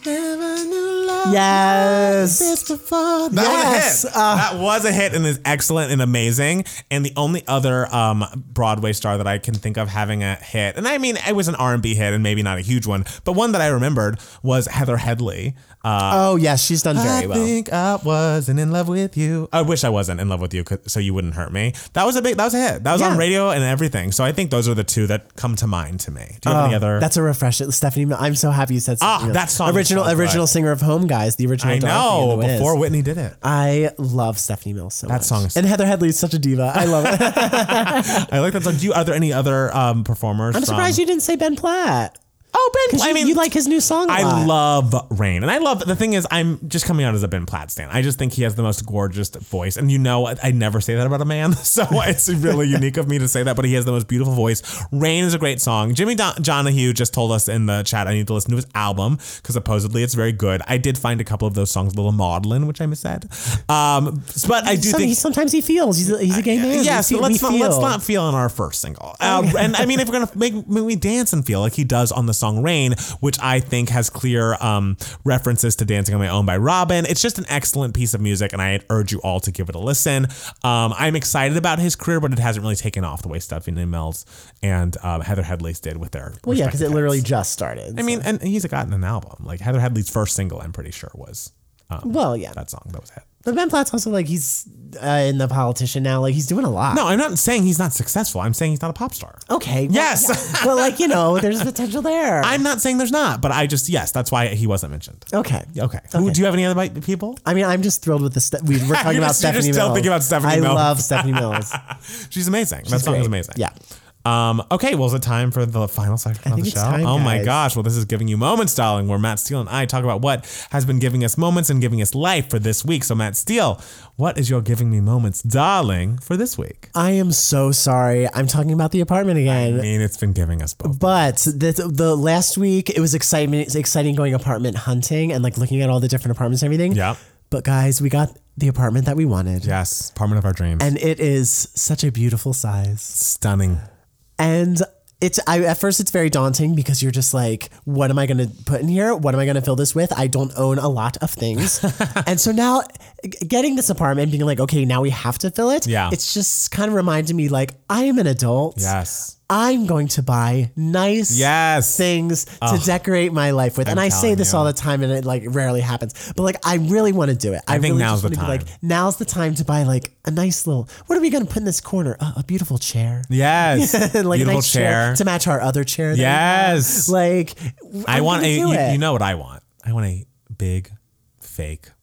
S2: Never knew love
S1: Yes.
S2: before. That
S1: Yes.
S2: was a hit. that was a hit and is excellent and amazing. And the only other um, Broadway star that I can think of having a hit, and I mean it was an R and B hit and maybe not a huge one, but one that I remembered was Heather Headley. Uh,
S1: Oh yes, she's done very
S2: I
S1: well.
S2: think I wasn't in love with you. I wish I wasn't in love with you, 'cause- so you wouldn't hurt me. That was a big. That was a hit. That was
S1: Yeah.
S2: on radio and everything. So I think those are the two that come to mind to me. Do you have any other?
S1: Oh, That's a refresh. Stephanie, Mil- I'm so happy you said.
S2: Ah,
S1: Stephanie Mil-
S2: that song is
S1: Original,
S2: so good.
S1: original singer of Home Guys, the original.
S2: I
S1: Dorothy and
S2: know
S1: the Wiz.
S2: before Whitney did it.
S1: I love Stephanie Mills so much.
S2: song is-
S1: and Heather Headley is such a diva. I love it.
S2: I like that song. Do you, are there any other um, performers?
S1: I'm surprised you didn't say Ben Platt. Oh, Ben! I
S2: I
S1: mean,
S2: mean-
S1: you like his new song. I
S2: I love Rain, and I love the thing is I'm just coming out as a Ben Platt stan. I just think he has the most gorgeous voice, and you know I, I never say that about a man, so it's really unique of me to say that. But he has the most beautiful voice. Rain is a great song. Jimmy Don- Donahue just told us in the chat I need to listen to his album because supposedly it's very good. I did find a couple of those songs a little maudlin, which I missaid. Um, but I do
S1: Some,
S2: think
S1: he, sometimes he feels he's a, he's a gay man.
S2: yeah, so
S1: We fe-
S2: let's
S1: we
S2: not, let's
S1: feel. Oh,
S2: not feel on our first single. Uh, and I mean, if we're gonna make, make me dance and feel like he does on the song "Rain," which I think has clear um, references to "Dancing on My Own" by Robin. It's just an excellent piece of music, and I urge you all to give it a listen. Um, I'm excited about his career, but it hasn't really taken off the way Stephanie Mills and um, Heather Headley's did with their.
S1: Well, yeah, because
S2: respective
S1: it literally
S2: hits.
S1: just started.
S2: I mean, and he's gotten an album. Like Heather Headley's first single, I'm pretty sure was um,
S1: well, yeah.
S2: that song that was hit.
S1: But Ben Platt's also like he's uh, in the politician now. Like he's doing a lot.
S2: No, I'm not saying he's not successful. I'm saying he's not a pop star.
S1: Okay. Well,
S2: Yes.
S1: yeah. well, like you know, there's potential there.
S2: I'm not saying there's not, but I just yes, that's why he wasn't mentioned.
S1: okay.
S2: Okay. Who, do you have any other bi- people?
S1: I mean, I'm just thrilled with this. we were talking
S2: You're
S1: about
S2: just- you're
S1: Stephanie
S2: just still
S1: Mills.
S2: thinking about Stephanie
S1: I
S2: Mills.
S1: love Stephanie Mills. I
S2: She's amazing. that song
S1: great.
S2: is amazing.
S1: Yeah.
S2: Um, okay, well, is it time for the final section of
S1: think
S2: the
S1: it's
S2: show?
S1: time,
S2: oh my
S1: guys.
S2: gosh. Well, this is Giving You Moments, darling, where Matt Steele and I talk about what has been giving us moments and giving us life for this week. So, Matt Steele, what is your Giving Me Moments, darling, for this week?
S1: am so sorry. I'm talking about the apartment again.
S2: I mean, it's been giving us both.
S1: But the, the last week it was excitement, it's exciting going apartment hunting and like looking at all the different apartments and everything.
S2: Yeah.
S1: But guys, we got the apartment that we wanted,
S2: Yes, apartment of our dreams.
S1: and it is such a beautiful size.
S2: Stunning.
S1: And it's I at first it's very daunting because you're just like, what am I gonna put in here? What am I gonna fill this with? I don't own a lot of things. and so now g- getting this apartment and being like, okay, now we have to fill it.
S2: Yeah.
S1: It's just kind of reminded me like I am an adult.
S2: Yes.
S1: I'm going to buy nice
S2: Yes.
S1: things to decorate my life with. and I say
S2: telling
S1: this
S2: you.
S1: all the time and it like rarely happens. But like I really want to do it. I,
S2: think
S1: really
S2: now's
S1: just
S2: the
S1: wanna be
S2: time.
S1: like, now's the time to buy like a nice little what are we gonna put in this corner? Uh, a beautiful chair.
S2: Yes.
S1: like
S2: Beautiful
S1: a nice chair.
S2: chair.
S1: to match our other chair. that we have.
S2: Yes.
S1: Like
S2: I want a
S1: to
S2: you,
S1: do it.
S2: you know what I want. I want a big fake plant.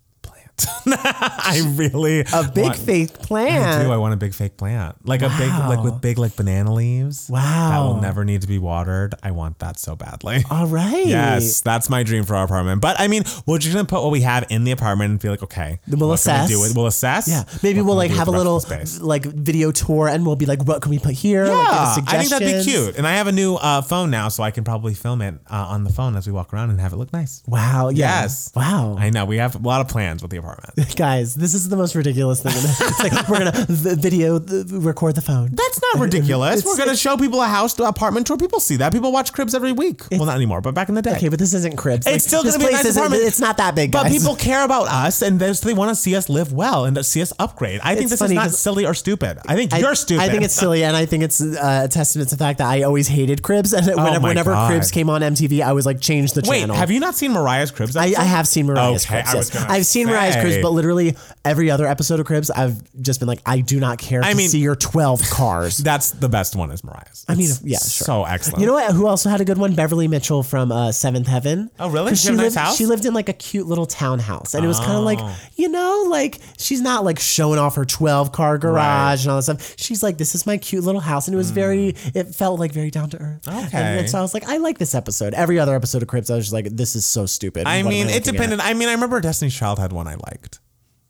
S2: plant. I really
S1: A big
S2: want-
S1: fake
S2: I do. I
S1: plant.
S2: want a big fake plant, like a big,
S1: Wow.
S2: like with big, like banana leaves. that
S1: Wow.
S2: will never need to be watered. I want that so badly.
S1: All right.
S2: Yes, that's my dream for our apartment. But I mean, we're just gonna put what we have in the apartment and be like, okay,
S1: Then we'll
S2: what can we
S1: assess.
S2: do with- we'll assess.
S1: Yeah, maybe we'll
S2: What can we
S1: like
S2: do with
S1: have a
S2: the
S1: little
S2: rest of the space?
S1: like video tour, and we'll be like, "What can we put here?" Yeah,
S2: Yeah, I think that'd be cute. And I have a new uh, phone now, so I can probably film it uh, on the phone as we walk around and have it look nice.
S1: Wow. yeah.
S2: Yes.
S1: Wow.
S2: I know we have a lot of plans with the apartment.
S1: Guys, this is the most ridiculous thing. It's like we're gonna v- video th- record the phone.
S2: That's not ridiculous. We're
S1: It's-
S2: gonna show people a house, the apartment tour. People see that. People watch Cribs every week. Well, not anymore, but back in the day.
S1: Okay, but this isn't cribs.
S2: It's still
S1: this
S2: gonna be a
S1: place
S2: nice
S1: isn't-
S2: apartment.
S1: It's not that big,
S2: But
S1: guys.
S2: people care about us, and they, so they want to see us live well and see us upgrade. I think
S1: It's
S2: this
S1: funny
S2: is not
S1: 'cause-
S2: silly or stupid. I think you're stupid.
S1: I think it's silly, and I think it's uh, a testament to the fact that I always hated Cribs, and whenever,
S2: Oh my
S1: whenever
S2: God.
S1: Cribs came on MTV, I was like, change the
S2: Wait,
S1: channel.
S2: have you not seen Mariah's Cribs?
S1: I, I
S2: episode?
S1: have seen Mariah's
S2: Okay,
S1: Cribs.
S2: I was
S1: yes.
S2: gonna
S1: I've seen Mariah's Cribs,
S2: say.
S1: but literally every other episode of Cribs, I've just been like, I do not care to
S2: mean-
S1: see your twelve cars.
S2: That's the best one is Mariah's. I
S1: mean, yeah, sure.
S2: so excellent.
S1: You know what? Who also had a good one? Beverly Mitchell from uh, Seventh Heaven.
S2: Oh, really?
S1: 'Cause
S2: She
S1: She,
S2: had a nice
S1: lived,
S2: house?
S1: she lived in like a cute little townhouse, and it was kind of like
S2: Oh.
S1: you know, like she's not like showing off her twelve car garage and all that stuff. She's like, this is my cute little house, and it was very, it felt like very down to earth. and, and
S2: Mm. Okay.
S1: so I was like, I like this episode. Every other episode of Cribs, I was just like, this is so stupid.
S2: I
S1: What am
S2: mean, it
S1: looking at?
S2: depended. I mean, I remember Destiny's Child had one I liked.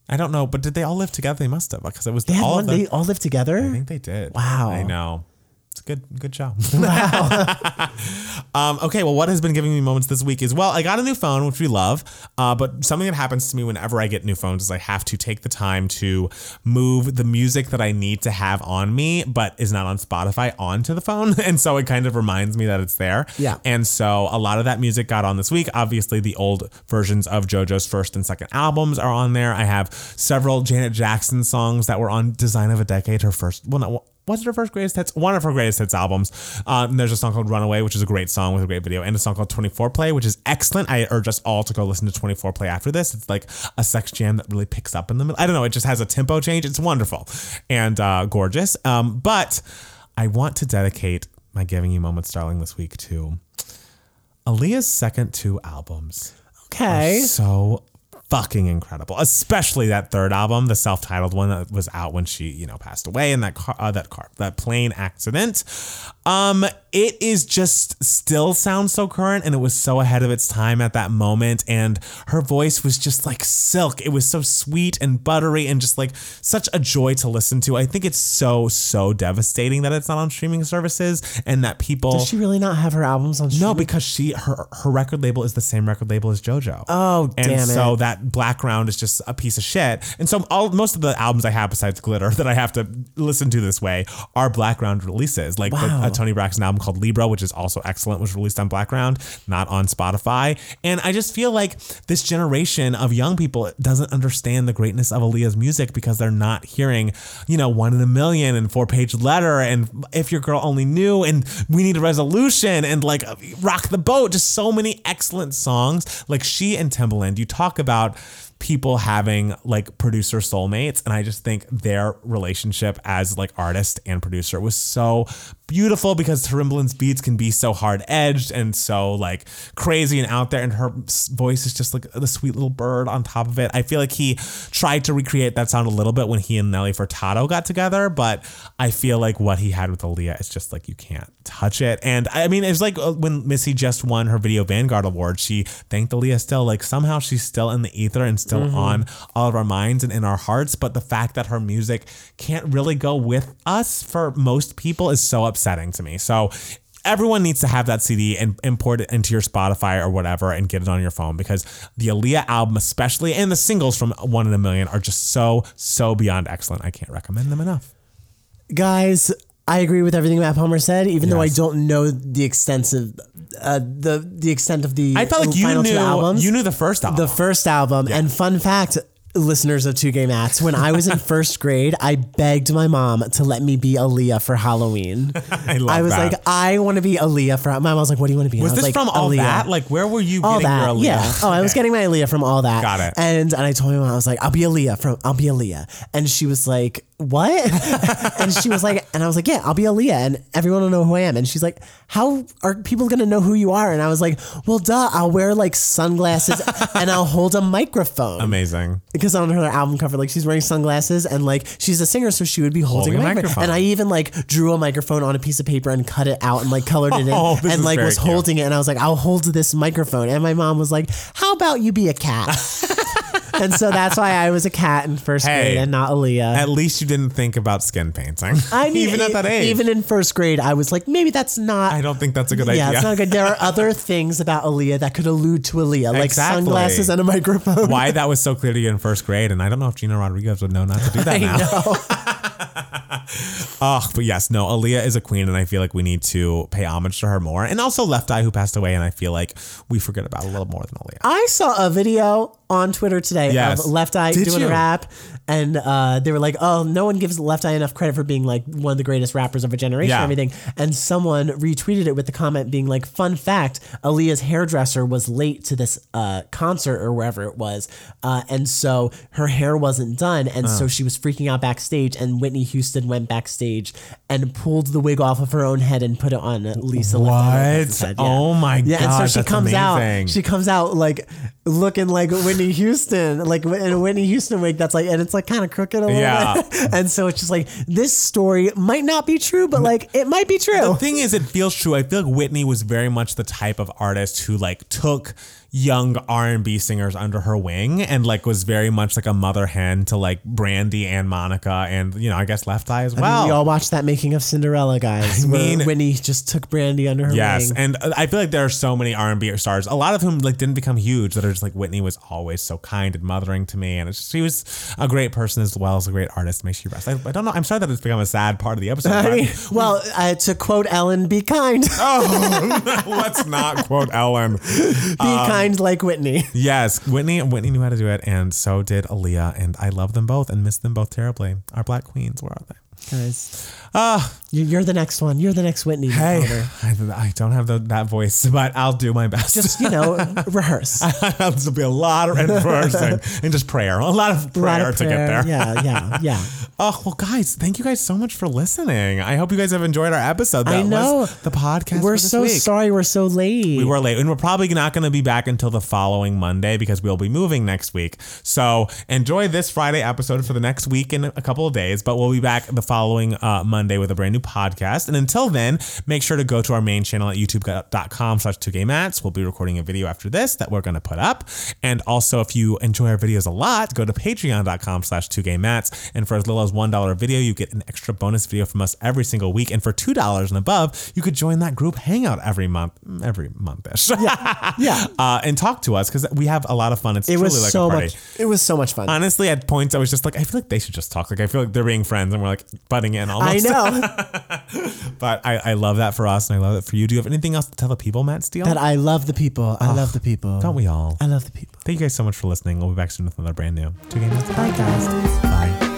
S2: I don't know, but did they all live together? They must have, because it was
S1: They had
S2: all
S1: one.
S2: of them.
S1: They all live
S2: I
S1: together.
S2: think they did.
S1: Mm. Wow.
S2: I know. It's a good good show. um, okay, well, what has been giving me moments this week is well, I got a new phone, which we love. Uh, but something that happens to me whenever I get new phones is I have to take the time to move the music that I need to have on me, but is not on Spotify onto the phone. And so it kind of reminds me that it's there.
S1: Yeah.
S2: And so a lot of that music got on this week. Obviously, the old versions of JoJo's first and second albums are on there. I have several Janet Jackson songs that were on Design of a Decade, her first, well, not, was it her first greatest hits? One of her greatest hits albums. Um, there's a song called Runaway, which is a great song with a great video, and a song called 24 Play, which is excellent. I urge us all to go listen to 24 Play after this. It's like a sex jam that really picks up in the middle. I don't know. It just has a tempo change. It's wonderful and uh, gorgeous. Um, but I want to dedicate my Giving You Moments, Darling, this week to Aaliyah's second two albums
S1: Okay.
S2: so fucking incredible especially that third album the self-titled one that was out when she you know passed away in that car uh, that car that plane accident um it is just still sounds so current and it was so ahead of its time at that moment and her voice was just like silk it was so sweet and buttery and just like such a joy to listen to i think it's so so devastating that it's not on streaming services and that people
S1: Does she really not have her albums on?
S2: no, because she her her record label is the same record label as JoJo.
S1: Oh,
S2: and
S1: damn it.
S2: so that background is just a piece of shit. And so all most of the albums I have besides Glitter that I have to listen to this way are background releases. Like the,
S1: Wow.
S2: a Tony Braxton album called Libra, which is also excellent, was released on background, not on Spotify. And I just feel like this generation of young people doesn't understand the greatness of Aaliyah's music because they're not hearing, you know, one in a million and four page letter and if your girl only knew and we need a resolution and like rock the boat. Just so many excellent songs. Like she and Timbaland, you talk about people having like producer soulmates and i just think their relationship as like artist and producer was so beautiful because Timbaland's beats can be so hard edged and so like crazy and out there and her s- voice is just like the sweet little bird on top of it i feel like he tried to recreate that sound a little bit when he and nelly furtado got together but i feel like what he had with aaliyah is just like you can't touch it and i mean it's like uh, when missy just won her video vanguard award she thanked aaliyah still like somehow she's still in the ether and still on all of our minds and in our hearts but the fact that her music can't really go with us for most people is so upsetting to me so Everyone needs to have that CD and import it into your Spotify or whatever and get it on your phone because the Aaliyah album, especially, and the singles from One in a Million are just so, so beyond excellent. I can't recommend them enough.
S1: guys i agree with everything matt palmer said even though i
S2: Yes.
S1: don't know the extensive uh, the the extent of the
S2: I felt like you
S1: final two
S2: knew
S1: albums
S2: you knew the first album.
S1: the first album and fun fact listeners of two game mats when i was in first grade i begged my mom to let me be aaliyah for halloween
S2: I love
S1: i was
S2: that.
S1: like i want to be aaliyah for my mom was like what do you want to be And
S2: was
S1: I
S2: this
S1: like,
S2: from all
S1: "Aaliyah."
S2: that? Like, where were you
S1: all
S2: getting
S1: that,
S2: your Aaliyah?
S1: yeah. Oh, I was
S2: Okay.
S1: getting my Aaliyah from all that.
S2: Got it.
S1: And and I told my mom I was like, I'll be Aaliyah from I'll be Aaliyah, and she was like, what? and she was like, and I was like, yeah, I'll be Aaliyah, and everyone will know who I am. And she's like, how are people gonna know who you are? And I was like, well, duh, I'll wear like sunglasses and I'll hold a microphone
S2: amazing.
S1: because on her album cover, like she's wearing sunglasses and like she's a singer, so she would be holding,
S2: Holding a
S1: a microphone.
S2: microphone.
S1: And I even like drew a microphone on a piece of paper and cut it out and like colored it in
S2: Oh, this
S1: and
S2: is
S1: like
S2: very
S1: was
S2: cute.
S1: holding it. And I was like, I'll hold this microphone. And my mom was like, How about you be a cat? and so that's why I was a cat in first
S2: Hey.
S1: grade and not Aaliyah.
S2: At least you didn't think about skin painting.
S1: I mean, e-
S2: even at that age.
S1: even in first grade, I was like, maybe that's not
S2: I don't think that's a good idea.
S1: yeah, it's not good. There are other things about Aaliyah that could allude to Aaliyah, like
S2: Exactly.
S1: sunglasses and a microphone.
S2: Why that was so clear to you in first grade, and I don't know if Gina Rodriguez would know not to do that
S1: I
S2: now.
S1: know.
S2: Oh, but yes, no, Aaliyah is a queen, and I feel like we need to pay homage to her more. And also Left Eye, who passed away, and I feel like we forget about a little more than Aaliyah.
S1: I saw a video on Twitter today
S2: Yes.
S1: of Left Eye
S2: Did
S1: doing a
S2: you?
S1: rap, and uh, they were like, "Oh, no one gives Left Eye enough credit for being like one of the greatest rappers of a generation,
S2: Yeah.
S1: and everything." And someone retweeted it with the comment being like, "Fun fact: Aaliyah's hairdresser was late to this uh, concert or wherever it was, uh, and so her hair wasn't done, and
S2: Oh.
S1: so she was freaking out backstage. And Whitney Houston went backstage and pulled the wig off of her own head and put it on Lisa. Left Eye Lopez's head. Yeah.
S2: Oh my
S1: Yeah,
S2: god!
S1: and so she
S2: that's
S1: comes
S2: amazing.
S1: out. She comes out like looking like Whitney Houston, like in a Whitney Houston wig. That's like, and it's like kind of crooked a little
S2: Yeah.
S1: bit. and so it's just like this story might not be true, but like it might be
S2: the
S1: true.
S2: thing is, it feels true. I feel like Whitney was very much the type of artist who like took young R and B singers under her wing and like was very much like a mother hen to like Brandy and Monica and you know I guess Left Eye as well.
S1: We all watched that making of Cinderella, guys. I
S2: mean-
S1: Whitney just took Brandy under her
S2: Yes,
S1: wing.
S2: and uh, I feel like there are so many R and B stars, a lot of whom like didn't become huge, that are just like Whitney was always so kind and mothering to me, and it's just, she was a great person as well as a great artist. May she rest. I, I don't know. I'm sorry that it's become a sad part of the episode.
S1: I
S2: but-
S1: mean, well, uh, to quote Ellen, "Be kind, be
S2: oh, let's not quote Ellen.
S1: kind like Whitney."
S2: Yes, Whitney. Whitney knew how to do it, and so did Aaliyah. And I love them both, and miss them both terribly. Our black queens, where are they?
S1: Guys,
S2: Ah,
S1: you- you're the next one. You're the next Whitney.
S2: hey,
S1: Palmer.
S2: I, I don't have the, that voice, but I'll do my best.
S1: just you know, rehearse.
S2: This will be a lot of rehearsing and just prayer, a lot of prayer,
S1: Lot of
S2: to get
S1: prayer.
S2: there.
S1: Yeah, yeah, yeah.
S2: Oh well, guys, thank you guys so much for listening. I hope you guys have enjoyed our episode. That
S1: I know.
S2: was the podcast. for
S1: We're
S2: this
S1: so
S2: week.
S1: sorry we're so late.
S2: We were late, and we're probably not going to be back until the following Monday because we'll be moving next week. So enjoy this Friday episode for the next week in a couple of days, but we'll be back the following uh, Monday with a brand new podcast. And until then, make sure to go to our main channel at youtube.com slash 2 mats. We'll be recording a video after this that we're going to put up. And also, if you enjoy our videos a lot, go to patreon.com slash 2 mats. And for as little as $1 a video, you get an extra bonus video from us every single week. And for $2 and above, you could join that group hangout every month, mm, every month-ish.
S1: yeah.
S2: uh, and talk to us because we have a lot of fun. It's
S1: It
S2: truly
S1: was
S2: like
S1: so
S2: a party.
S1: much. It was so much fun.
S2: Honestly, at points I was just like, I feel like they should just talk. Like I feel like they're being friends, and we're like butting in
S1: I
S2: almost.
S1: know
S2: But I, I love that for us, and I love that for you. Do you have anything else to tell the people, Matt Steele?
S1: that I love the people. I love the people.
S2: Don't we all?
S1: I love the people.
S2: Thank you guys so much for listening. We'll be back soon with another brand new two game Mats podcast. Bye.